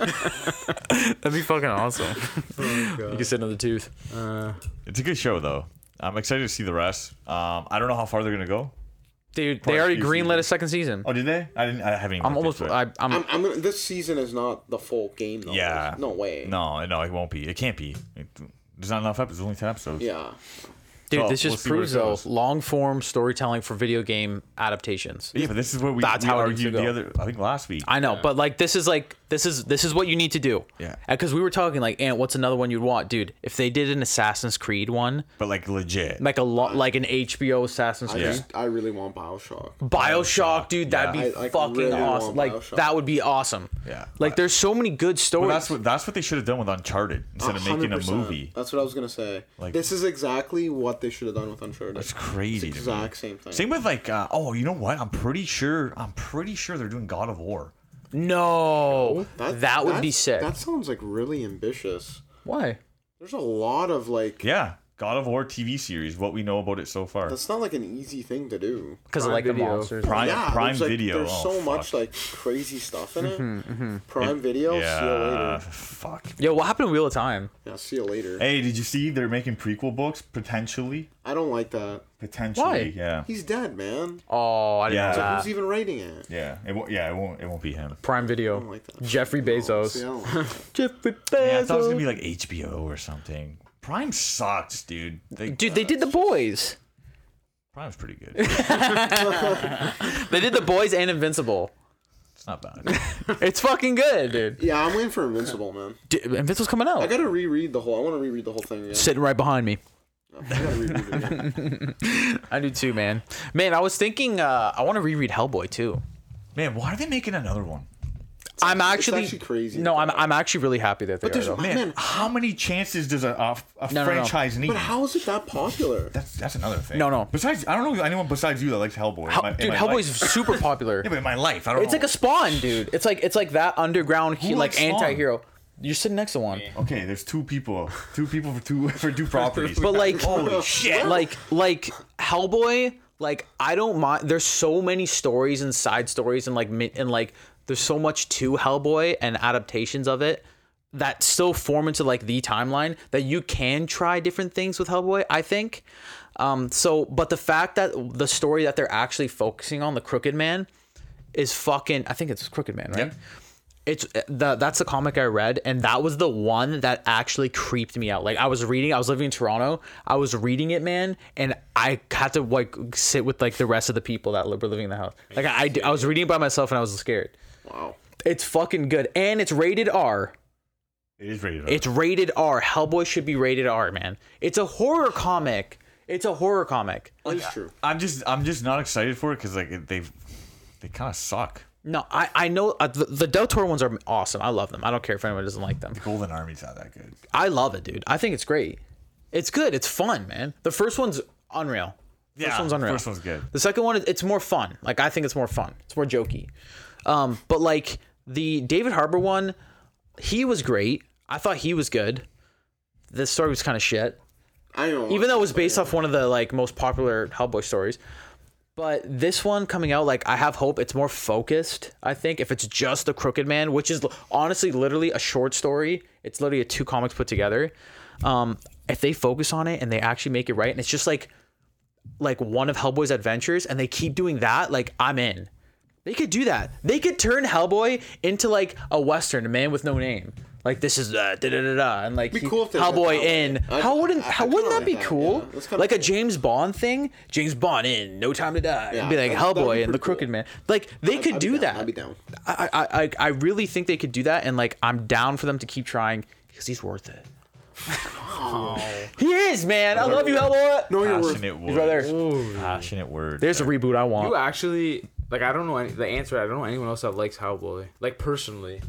S1: That'd be fucking awesome. you can sit on the tooth.
S3: it's a good show though. I'm excited to see the rest. Um, I don't know how far they're gonna go.
S1: Dude,
S3: Quite
S1: they
S3: a
S1: already
S3: few
S1: greenlit a
S3: seasons.
S1: second season.
S3: Oh, did they? I didn't. I haven't. Even
S1: I'm almost.
S3: looked into it.
S1: I, I'm
S4: I'm, I'm gonna, this season is not the full game though.
S3: yeah.
S4: No way.
S3: No, no, it won't be. It can't be. It, there's not enough episodes. Only ten episodes.
S4: Yeah.
S1: Dude,
S3: So,
S1: this
S3: we'll
S1: just
S3: see where it
S1: proves though
S3: goes.
S1: long form storytelling for video game adaptations.
S3: Yeah, but this is what we,
S1: That's
S3: we
S1: how it needs to
S3: argued
S1: go.
S3: the other. I think last week.
S1: I know, but like this is like this is this is what you need to do.
S3: Yeah.
S1: Because we were talking like, Ant, what's another one you'd want, dude? If they did an Assassin's Creed one,
S3: but like legit.
S1: like a lo- like an HBO Assassin's
S4: I
S1: Creed,
S4: just I really want Bioshock.
S1: Bioshock, dude, that'd
S3: Yeah.
S1: be
S4: I, like,
S1: fucking
S4: really want
S1: awesome. Like
S4: Bioshock.
S1: that would be awesome.
S3: Yeah.
S1: Like there's so many good
S3: But
S1: stories.
S3: that's what that's what they should have done with Uncharted instead of making a
S4: 100%.
S3: movie.
S4: That's what I was gonna say.
S3: Like-
S4: this is exactly what they should have done with Uncharted.
S3: That's crazy.
S4: It's
S3: to me.
S4: exact same thing.
S3: Same with like, uh, oh, you know what? I'm pretty sure. I'm pretty sure they're doing God of War.
S1: no,
S4: That-
S1: that would be
S4: that's-
S1: sick.
S4: That sounds like really ambitious.
S1: Why?
S4: There's a lot of like.
S3: Yeah, God of War TV series. What we know about it so far.
S4: That's not like an easy thing to do.
S1: Because
S2: Prime
S1: like the
S2: Video.
S1: monsters.
S3: Prime
S4: yeah,
S3: Prime
S4: there's, like,
S3: Video.
S4: There's
S3: oh,
S4: so
S3: fuck.
S4: much like crazy stuff in it. Prime Video.
S1: Oh,
S4: See you
S3: Yeah,
S4: later.
S3: fuck.
S1: Yo, what happened to Wheel of Time?
S4: Yeah, see you later.
S3: Hey, did you see they're making prequel books potentially?
S4: I don't like that.
S3: Potentially,
S1: Why?
S3: yeah, Uh,
S4: He's dead, man.
S1: Oh, I didn't
S3: Yeah.
S1: know
S3: So
S1: that.
S4: Who's even writing it?
S3: yeah. It won't. Yeah, it won't. It won't be him.
S1: Prime
S3: Oh
S1: Video.
S4: like that.
S1: Jeffrey
S4: See, I
S1: Bezos.
S4: don't like that.
S1: Jeffrey
S3: Yeah, I thought it was
S1: Bezos.
S3: gonna be like HBO or something. Prime sucks, dude. They,
S1: Dude, they did the boys.
S3: Prime's pretty good. It's
S1: They did the boys and Invincible.
S3: not bad.
S1: It's fucking good, dude.
S4: yeah, I'm waiting for Invincible, man.
S1: Dude, Invincible's coming
S4: I
S1: out.
S4: gotta reread the whole. I want to reread the whole thing again.
S1: Sitting right behind me.
S4: I gotta reread it again.
S1: I do too, man. Man, I was thinking uh, I want to reread Hellboy too.
S3: Man, why are they making another one?
S1: I'm actually,
S4: actually crazy.
S1: No, I'm I'm actually really happy that they
S4: But
S1: are.
S4: there's
S1: though.
S3: Oh, Man,
S4: Man.
S3: how many chances does a, a, a
S1: No, no, no.
S3: franchise need?
S4: But how is it that popular?
S3: That's that's another thing.
S1: No, no.
S3: Besides, I don't know anyone besides you that likes Hellboy. in
S1: Hell-
S3: my- in
S1: dude,
S3: my
S1: Hellboy's
S3: life.
S1: super popular.
S3: Yeah, but in my life, I don't.
S1: it's like a spawn, dude. It's like it's like that underground he, like
S3: likes Spawn?
S1: anti-hero. You're sitting next to one.
S3: a okay. There's two people, two people for two for two properties.
S1: But like,
S3: holy shit!
S1: like like Hellboy, like I don't mind. There's so many stories and side stories and like mi- and like there's so much to Hellboy and adaptations of it that still form into like the timeline that you can try different things with Hellboy. I think. Um. So, but the fact that the story that they're actually focusing on the Crooked Man is fucking. I think it's Crooked Man, right? it's uh, the that's the comic I read, and that was the one that actually creeped me out. Like I was reading, I was living in Toronto, I was reading it, man, and I had to like sit with like the rest of the people that were living in the house. Like I, I, I was reading it by myself, and I was scared.
S4: Wow.
S1: It's fucking good, and it's rated R.
S3: It is rated R.
S1: It's rated R. Hellboy should be rated R, man. It's a horror comic. It's a horror comic.
S4: That's true.
S3: I'm just I'm just not excited for it because like it- they've they kind of suck.
S1: No, I, I know uh, the, the Del Toro ones are awesome. I love them. I don't care if anyone doesn't like them.
S3: Golden Army's not that good.
S1: I love it, dude. I think it's great. It's good. It's fun, man. The first one's unreal. First
S3: Yeah,
S1: one's unreal.
S3: first one's good.
S1: The second one, it's more fun. Like I think it's more fun. It's more jokey. Um, but like the David Harbor one, he was great. I thought he was good. The story was kind of shit
S4: I know.
S1: even though it was based off one of the like most popular Hellboy stories. But this one coming out, like I have hope. It's more focused. I think if it's just the Crooked Man, which is l- honestly literally a short story. It's literally a two comics put together. Um, if they focus on it and they actually make it right, and it's just like like one of Hellboy's adventures, and they keep doing that, like I'm in. They could do that. They could turn Hellboy into like a Western, a man with no name. Like this is uh, da da da da, and like
S4: Be
S1: he-
S4: cool if they did
S1: Hellboy
S4: that.
S1: in.
S4: I-
S1: how wouldn't
S4: I- I
S1: how
S4: kinda
S1: wouldn't that
S4: like
S1: be
S4: that,
S1: cool?
S4: yeah. That's kinda
S1: like a
S4: cool.
S1: James Bond thing. James Bond in No Time to Die.
S4: Yeah,
S1: and be like
S4: that'd- that'd
S1: Hellboy
S4: be
S1: and the
S4: pretty
S1: Crooked
S4: cool.
S1: Man. Like they could
S4: I'd be
S1: do
S4: down.
S1: that.
S4: I'd be down.
S1: I, I I- I really think they could do that, and like I'm down for them to keep trying because he's worth it. he is, man. I love you, Hellboy.
S4: No, you're worth.
S3: Passionate
S1: He's right
S3: word.
S1: there.
S3: Passionate word.
S1: There's a reboot I want.
S2: You actually like I don't know any, the answer. I don't know anyone else that likes Hellboy. Like personally,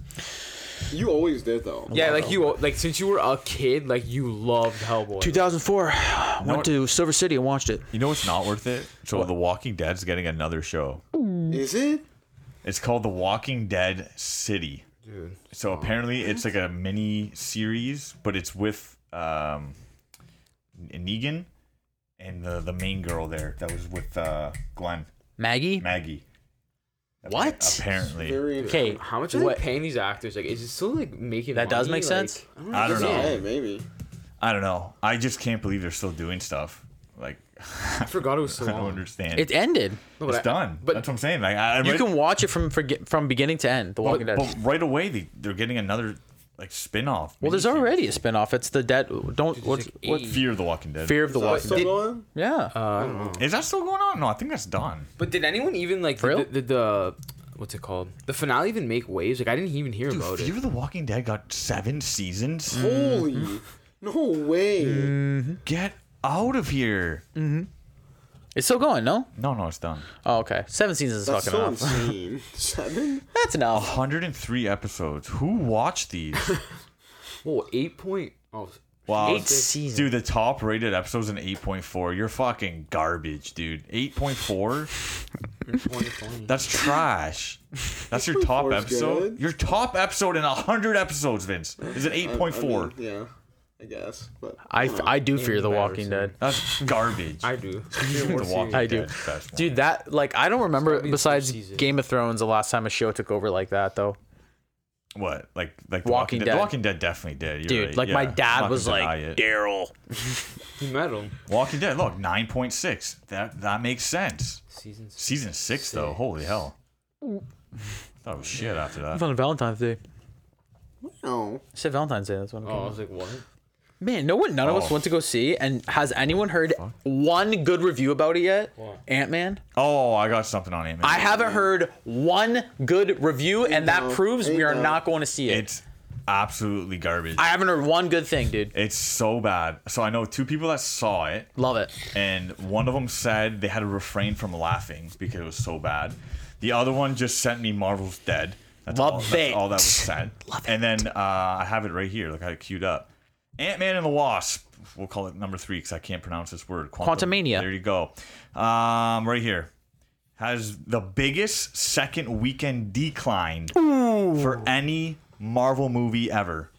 S4: You always did though.
S2: yeah. Like you, like since you were a kid, like you loved Hellboy.
S1: 2004. I went
S3: what-
S1: to Silver City and watched it.
S3: You know what's not worth it? So The Walking Dead's getting another show.
S4: Is it?
S3: It's called The Walking Dead City.
S2: dude.
S3: So apparently it's like a mini series, but it's with um, N- Negan and the the main girl there that was with uh, Glenn
S1: Maggie?
S3: Maggie.
S1: What?
S3: Apparently,
S4: Very.
S1: Okay.
S2: How much are
S1: What-
S2: they paying these actors? Like, is it still like making
S1: That does
S2: money?
S1: make
S2: Like,
S1: sense.
S3: I don't know.
S4: Yeah, maybe.
S3: I don't know. I just can't believe they're still doing stuff. Like
S2: I forgot it was so
S3: I don't
S2: long.
S3: understand.
S1: It ended.
S2: No, but
S3: it's
S2: I-
S3: done.
S2: But
S3: That's what I'm saying. Like I, I
S1: You
S3: read-
S1: can watch it from forget, from beginning to end. The Walking
S3: but,
S1: Dead.
S3: but right away they they're getting another like spin-off.
S1: well, there's already a spin-off. It's the dead. Don't what's
S2: like
S1: what?
S2: eight.
S3: Fear of the Walking Dead.
S1: Fear of the
S4: Is that
S1: Walking
S4: still
S1: Dead.
S4: going?
S1: Yeah.
S3: Is that still going on? No, I think that's done.
S2: but did anyone even like
S1: For real?
S2: the, the, the what's it called? The finale even make waves? Like I didn't even hear about
S3: Fear
S2: it.
S3: of the Walking Dead got seven seasons.
S4: Holy. No way.
S3: Get out of here.
S1: It's still going, no?
S3: No, no, it's done.
S1: Oh, okay. Seven seasons is
S4: That's
S1: fucking
S4: so
S1: enough.
S4: insane. Seven.
S1: That's enough.
S3: 103 episodes. Who watched these?
S2: Whoa, eight point. Oh,
S3: Wow.
S1: Eight seasons.
S3: Dude, the top rated episode's an 8.4. You're fucking garbage, dude. 8.4?
S2: 2020.
S3: That's trash. That's your top
S4: 8.4 is
S3: episode?
S4: good.
S3: Your top episode in 100 episodes, Vince, is an 8.4.
S4: I mean, yeah. I guess. But
S1: I, I do fear The
S2: Embarrassing.
S1: Walking Dead.
S3: That's garbage.
S2: I do.
S3: The Walking
S1: I do.
S3: Dead's best one.
S1: Dude, that like I don't remember
S2: gotta be the
S1: besides
S2: first season.
S1: Game of Thrones the last time a show took over like that though.
S3: What? Like, like
S1: Walking
S3: The Walking, Dead.
S1: Dead.
S3: The Walking Dead definitely did. You're
S1: Dude,
S3: right.
S1: like my
S3: Yeah. I'm
S1: dad
S3: not
S1: was
S3: gonna deny
S1: like
S3: it.
S1: Daryl.
S2: Metal
S3: Walking Dead. Look, 9.6. That that makes sense.
S2: season. six.
S3: Season six, though. Holy hell. I thought it was shit after that.
S1: on Valentine's Day.
S4: no.
S1: I said Valentine's Day. That's what I'm
S2: Oh, I was like, what?
S1: Man, no one, none of us
S3: Oh.
S1: went to go see. And has anyone heard one good review about it yet? Ant Man.
S3: Oh, I got something on Ant-Man.
S1: I haven't heard one good review, and that
S4: no,
S1: proves we
S4: ain't
S1: are
S4: no.
S1: not going to see it.
S3: It's absolutely garbage.
S1: I haven't heard one good thing, dude.
S3: it's so bad. So I know two people that saw it,
S1: Love it.
S3: and one of them said they had to refrain from laughing because it was so bad. The other one just sent me Marvel's Dead. That's
S1: Love
S3: all, that's
S1: it.
S3: all that was said.
S1: Love
S3: And then uh, I have it right here. Like I had it queued up. Ant Man and the Wasp. We'll call it number three because I can't pronounce this word. Quantum-
S1: Quantumania.
S3: There you go. Um, right here. Has the biggest second weekend decline for any Marvel movie ever.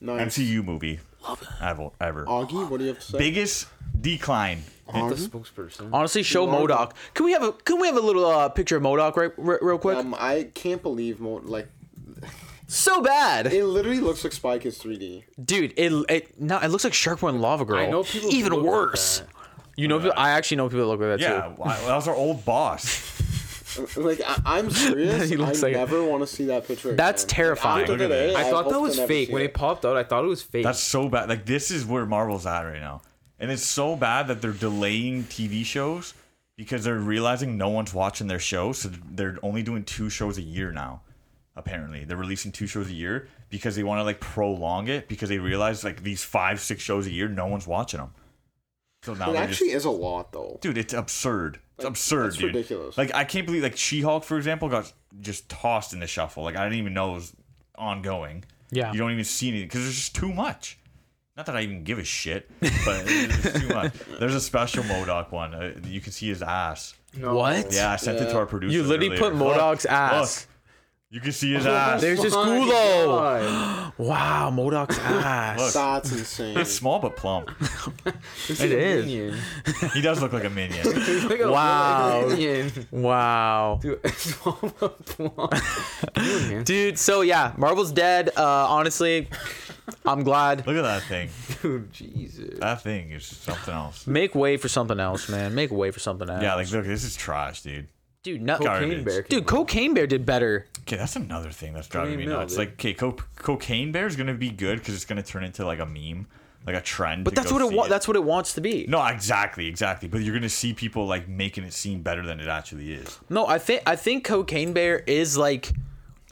S4: Nice.
S3: MCU movie. Love it. Ever. ever.
S4: Augie, what do you have to say?
S3: Biggest decline.
S2: The
S1: Mm-hmm.
S2: spokesperson.
S1: Honestly, show Modoc. Can we have a Can we have a little uh, picture of Modoc right, r- real quick?
S4: Um, I can't believe mo- like
S1: so bad,
S4: it literally looks like Spy Kids 3D.
S1: dude. It it no, it looks like Sharkboy and Lava Girl.
S2: I know people who
S1: even
S2: look like
S1: worse.
S2: that.
S1: you know, people- I actually know people that look like that too.
S3: Yeah, well, that was our old boss.
S4: Like I, I'm serious.
S1: He looks
S4: I
S1: like-
S4: never want to see that picture.
S1: That's
S4: again. Like, after
S1: terrifying.
S3: Look at
S4: today,
S3: that.
S2: I, thought
S4: hope
S2: that
S4: to
S2: was
S4: never
S2: fake
S4: see
S2: when it popped out. I thought it was fake.
S3: That's so bad. Like this is where Marvel's at right now, and it's so bad that they're delaying TV shows because they're realizing no one's watching their show, so they're only doing two shows a year now. Apparently, they're releasing two shows a year because they want to like prolong it because they realize like these five, six shows a year, no one's watching them. So now
S4: It
S3: they're
S4: actually
S3: just,
S4: is a lot though.
S3: dude, it's absurd. It's absurd,
S4: that's
S3: dude.
S4: ridiculous.
S3: Like I can't believe like She-Hulk, for example, got just tossed in the shuffle. Like I didn't even know it was ongoing.
S1: Yeah.
S3: You don't even see anything because there's just too much. Not that I even give a shit, but it's just too much. There's a special Modoc one. Uh, you can see his ass.
S1: What?
S3: Yeah, I sent it to our producer.
S1: You literally
S3: earlier.
S1: put Modoc's
S3: Look,
S1: ass.
S3: Look, you can see his ass.
S1: There's just
S4: My
S1: Gulo.
S2: Oh God.
S1: Wow, Modoc's ass.
S4: That's insane.
S3: It's small but plump.
S2: This
S1: It
S2: a
S1: is.
S2: minion.
S3: He does look like a minion.
S2: Look at
S1: Wow.
S2: what a minion.
S1: Wow.
S2: Dude, it's all about- Minion.
S1: Dude, so yeah, Marvel's dead. Uh, honestly, I'm glad.
S3: Look at that thing.
S2: Dude, Jesus.
S3: That thing is something else.
S1: Make way for something else, man. Make way for something else.
S3: Yeah, like look, this is trash, dude.
S1: dude, no,
S3: Garbage.
S2: Cocaine bear.
S1: dude, Cocaine Bear did better.
S3: Okay, that's another thing that's driving
S2: do
S3: me
S2: you know,
S3: nuts.
S2: dude?
S3: Like, okay, co- cocaine bear is gonna be good because it's gonna turn into like a meme, like a trend.
S1: But
S3: to
S1: that's
S3: go
S1: what it,
S3: see
S1: wa- that's what it wants to be.
S3: No, exactly, exactly. But you're gonna see people like making it seem better than it actually is.
S1: No, I think I think Cocaine Bear is like,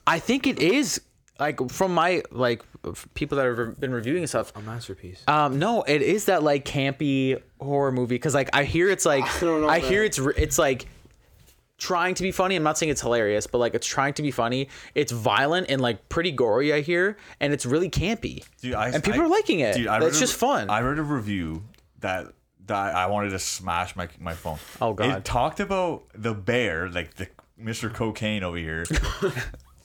S1: I think it is like from my like f- people that have re- been reviewing and stuff.
S2: A masterpiece.
S1: Um, no, it is that like campy horror movie because like I hear it's like
S4: I
S1: I,
S4: don't know,
S1: hear
S4: man.
S1: it's re- it's like trying to be funny. I'm not saying it's hilarious, but like it's trying to be funny. It's violent and like pretty gory. I hear, and it's really campy.
S3: Dude, I,
S1: and people
S3: I-
S1: are liking it.
S3: Dude, I read
S1: it's
S3: a-
S1: just fun.
S3: I read a review that that I wanted to smash my my phone.
S1: Oh, God.
S3: It talked about the bear, like the Mr. Cocaine over here.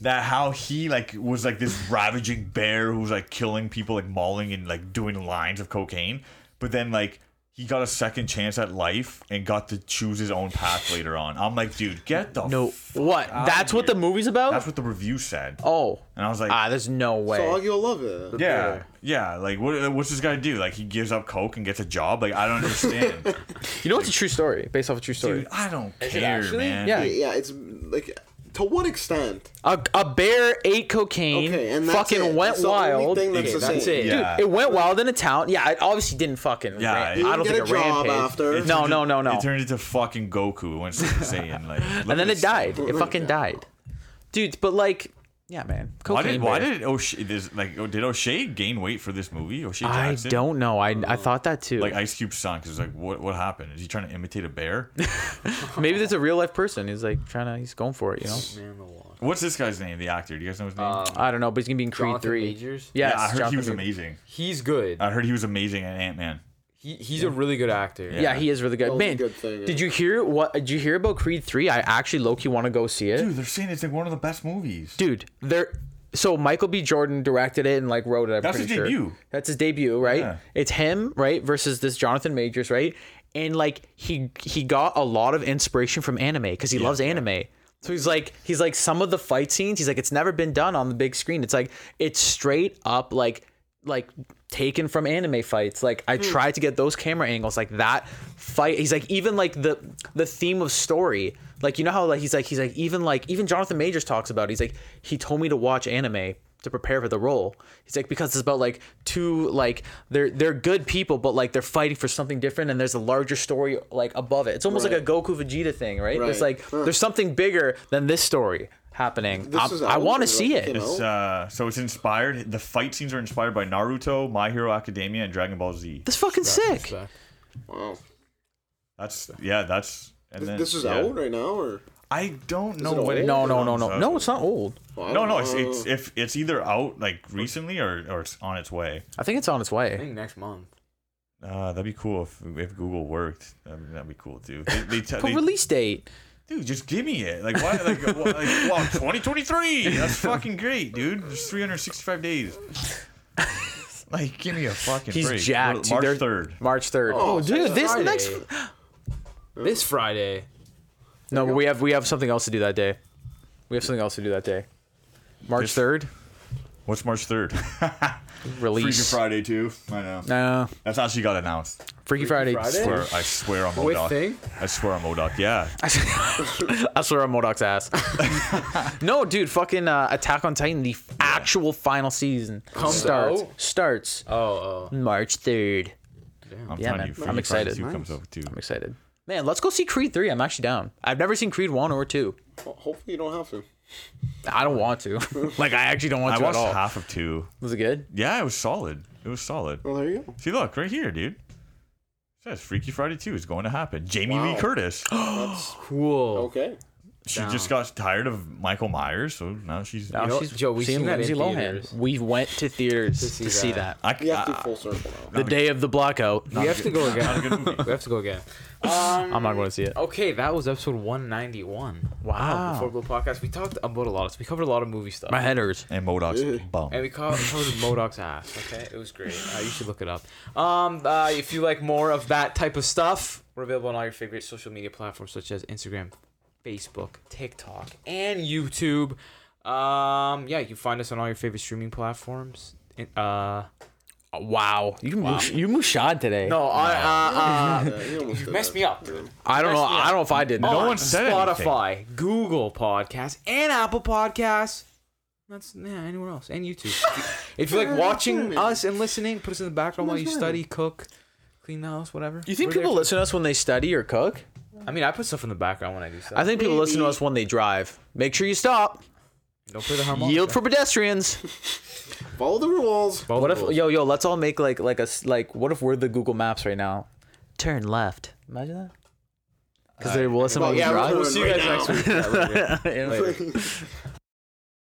S3: That how he like was like this ravaging bear who was like killing people, like mauling and like doing lines of cocaine. But then like he got a second chance at life and got to choose his own path later on. I'm like, dude, get the
S1: no,
S3: fuck
S1: what?
S3: outta
S1: That's what
S3: here.
S1: the movie's about.
S3: That's what the review said.
S1: oh,
S3: And I was like,
S1: ah, there's no way.
S4: So you'll love it.
S3: yeah, yeah. Like, what? What's this guy do? Like, he gives up coke and gets a job? Like, I don't understand.
S1: you know, it's a true story based off a true story.
S3: Dude, I don't care,
S2: actually?
S3: man.
S1: Yeah.
S4: Yeah, it's like to what extent?
S1: A, a bear ate cocaine,
S4: Okay, and that's
S1: fucking
S4: it.
S1: went
S4: That's the only
S1: wild.
S4: thing that's
S2: Okay,
S4: the
S2: that's
S4: same.
S2: it.
S1: Dude,
S3: Yeah.
S1: it went wild in a town. Yeah, it obviously didn't fucking.
S3: Yeah,
S1: ram-
S3: it-
S1: I don't
S4: Didn't
S1: think
S4: get
S1: it
S4: a job
S1: rampaged.
S4: after. It
S1: No, no, no, no.
S3: It turned into fucking Goku when Saiyan like,
S1: and then it died. It fucking died, dude. But like, yeah, man.
S3: Why did
S1: Cocaine
S3: Why
S1: bear.
S3: did O'Shea this, like oh, did O'Shea gain weight for this movie? O'Shea
S1: I
S3: Jackson? Oh.
S1: don't know. I I thought that too.
S3: like Ice Cube's son because like what what happened? Is he trying to imitate a bear?
S1: Maybe there's a real life person. He's like trying to. He's going for it. You know.
S2: Man, the wall.
S3: What's this guy's name? The actor? Do you guys know his name?
S1: I don't know, but he's gonna be in Creed
S2: Jonathan
S1: Three.
S2: Majors?
S1: Uh, Yes,
S3: yeah, I heard he
S1: Jonathan
S3: was
S1: Majors.
S3: amazing.
S2: He's good.
S3: I heard he was amazing in Ant Man.
S2: He, he's a really good actor.
S1: Yeah, he is really good.
S4: was a
S1: Man,
S4: good thing, yeah.
S1: did you hear what? Did you hear about Creed Three? I actually low key want to go see it.
S3: Dude, they're saying it's like one of the best movies.
S1: dude there so michael b jordan directed it and like wrote it i'm
S3: That's his
S1: pretty sure.
S3: debut.
S1: that's his debut right
S3: Yeah.
S1: it's him right versus this jonathan majors right and like he he got a lot of inspiration from anime because he loves anime so he's like he's like some of the fight scenes he's like it's never been done on the big screen it's like it's straight up like like taken from anime fights like
S3: Hmm.
S1: i tried to get those camera angles like that fight he's like even like the the theme of story like you know how like he's like he's like even like even jonathan majors talks about it. he's like he told me to watch anime to prepare for the role he's like because it's about like two like they're they're good people but like they're fighting for something different and there's a larger story like above it it's almost like
S4: Right.
S1: a goku vegeta thing right, there's
S4: Right.
S1: like
S4: Huh.
S1: there's something bigger than this story happening
S4: This
S1: I'm-
S4: is
S1: i
S4: out
S1: want
S4: already,
S1: to see
S4: like,
S1: it
S4: you know?
S3: It's, uh, so it's inspired. The fight scenes are inspired by Naruto, My Hero Academia, and Dragon Ball Z.
S1: that's fucking sick
S2: Respect.
S4: Wow.
S3: That's yeah. That's and then,
S4: This is
S3: yeah.
S4: out right now, or
S3: I don't know
S4: it
S3: when.
S4: old?
S1: no
S4: Uh.
S3: It
S1: no no
S3: comes
S1: no
S3: out.
S1: no it's not old
S4: Well, Oh, I
S3: No,
S4: don't
S3: no. It's,
S4: know.
S3: it's if it's either out like recently or or it's on its way.
S1: i think it's on its
S2: I
S1: way
S2: think next month.
S3: Uh, that'd be cool if if Google worked. That'd, be- that'd be cool too. They, they, te-
S1: but
S3: they-
S1: release date
S3: dude, just give me it. Like why? Like, wha- like wow, 2023. That's fucking great, dude. There's 365 days. Like, give me a fucking
S1: He's
S3: break.
S1: jacked.
S3: March
S1: They're-
S3: 3rd.
S1: March third. Oh,
S4: so
S1: dude,
S4: it's
S1: this
S2: Friday.
S1: next.
S2: This Friday.
S1: No, but we have we have something else to do that day. We have something else to do that day. March
S3: This-
S1: third.
S3: What's March third? Freaking
S1: Release.
S3: Friday too. I know.
S1: No,
S3: That's how she got announced.
S1: Freaky, Friday.
S2: Friday?
S3: Swear, I swear on
S2: With
S3: Modoc.
S2: thing?
S3: I swear on Modoc. Yeah.
S1: I swear on Modoc's ass. no, dude, fucking uh, Attack on Titan, the f- actual final season
S2: Comes
S1: starts
S2: out?
S1: starts
S2: Oh, oh.
S1: March third.
S3: I'm
S1: Yeah,
S3: telling
S1: man. I'm
S3: you, Freaky
S1: excited.
S3: Friday 2 comes out too.
S1: I'm excited. Man, let's go see Creed three. I'm actually down. I've never seen Creed one or two.
S4: Uh, Ho- Hopefully you don't have to.
S1: I don't want to. like, I actually don't want
S3: I
S1: to at
S3: watched
S1: all.
S3: half of two.
S1: Was it good?
S3: Yeah, it was solid. It was solid.
S4: Well, Oh, there you go.
S3: See, look right here, dude. It says Freaky Friday 2 is going to happen. Jamie Lee
S4: Wow.
S3: Curtis.
S4: That's
S2: Cool.
S4: okay.
S3: She just got tired of Michael Myers, so now she's.
S1: No,
S2: know,
S1: she's
S2: Joe, we've
S1: seeing
S2: seen that in
S1: Lindsay Lohan.
S2: theaters.
S1: We went to theaters to see,
S2: see
S1: that.
S2: that.
S3: I,
S4: We have to
S2: Ah.
S3: I,
S4: full circle
S1: The
S4: now.
S1: day of the blackout.
S2: We have to go
S3: not a
S2: again.
S3: good movie.
S2: we have to go again. Um,
S1: I'm not going to see it.
S2: Okay, that was episode 191.
S1: Wow.
S2: Before Blue Podcast, we talked about a lot. Of, we covered a lot of movie stuff.
S1: My head hurts.
S3: And Modoc's bum.
S2: And we call it Modoc's ass. Okay, it was great. Uh, you should look it up. Um, uh, if you like more of that type of stuff, we're available on all your favorite social media platforms such as Instagram, Facebook, TikTok, and YouTube. Um, yeah, you can find us on all your favorite streaming platforms. In- Uh,
S1: Wow. You mush- you mushad today.
S2: no, I, uh, uh,
S4: Yeah, he almost did
S2: messed
S4: that.
S2: me up.
S1: I don't know.
S2: Messed me up.
S1: I don't know if I did.
S3: No
S2: on
S3: one said anything.
S2: Spotify, Google Podcasts, and Apple Podcasts. That's yeah, anywhere else, and YouTube. if you like watching us and listening, put us in the background while you study, cook, clean the house, whatever.
S1: You think
S2: We're
S1: people
S2: there.
S1: listen to us when they study or cook?
S2: I mean, I put stuff in the background when I do stuff.
S1: I think people listen to us when they drive. Make sure you stop.
S2: Don't play the harmonica.
S1: Yield for pedestrians.
S4: Follow the rules.
S2: Both
S1: What if
S2: rules.
S1: yo yo? Let's all make like like a s- like. What if we're the Google Maps right now? Turn left. Imagine that. Because they will listen
S4: Well,
S1: while you
S4: yeah,
S1: drive.
S4: we'll-
S2: We'll see you guys next week. Yeah, later. Later.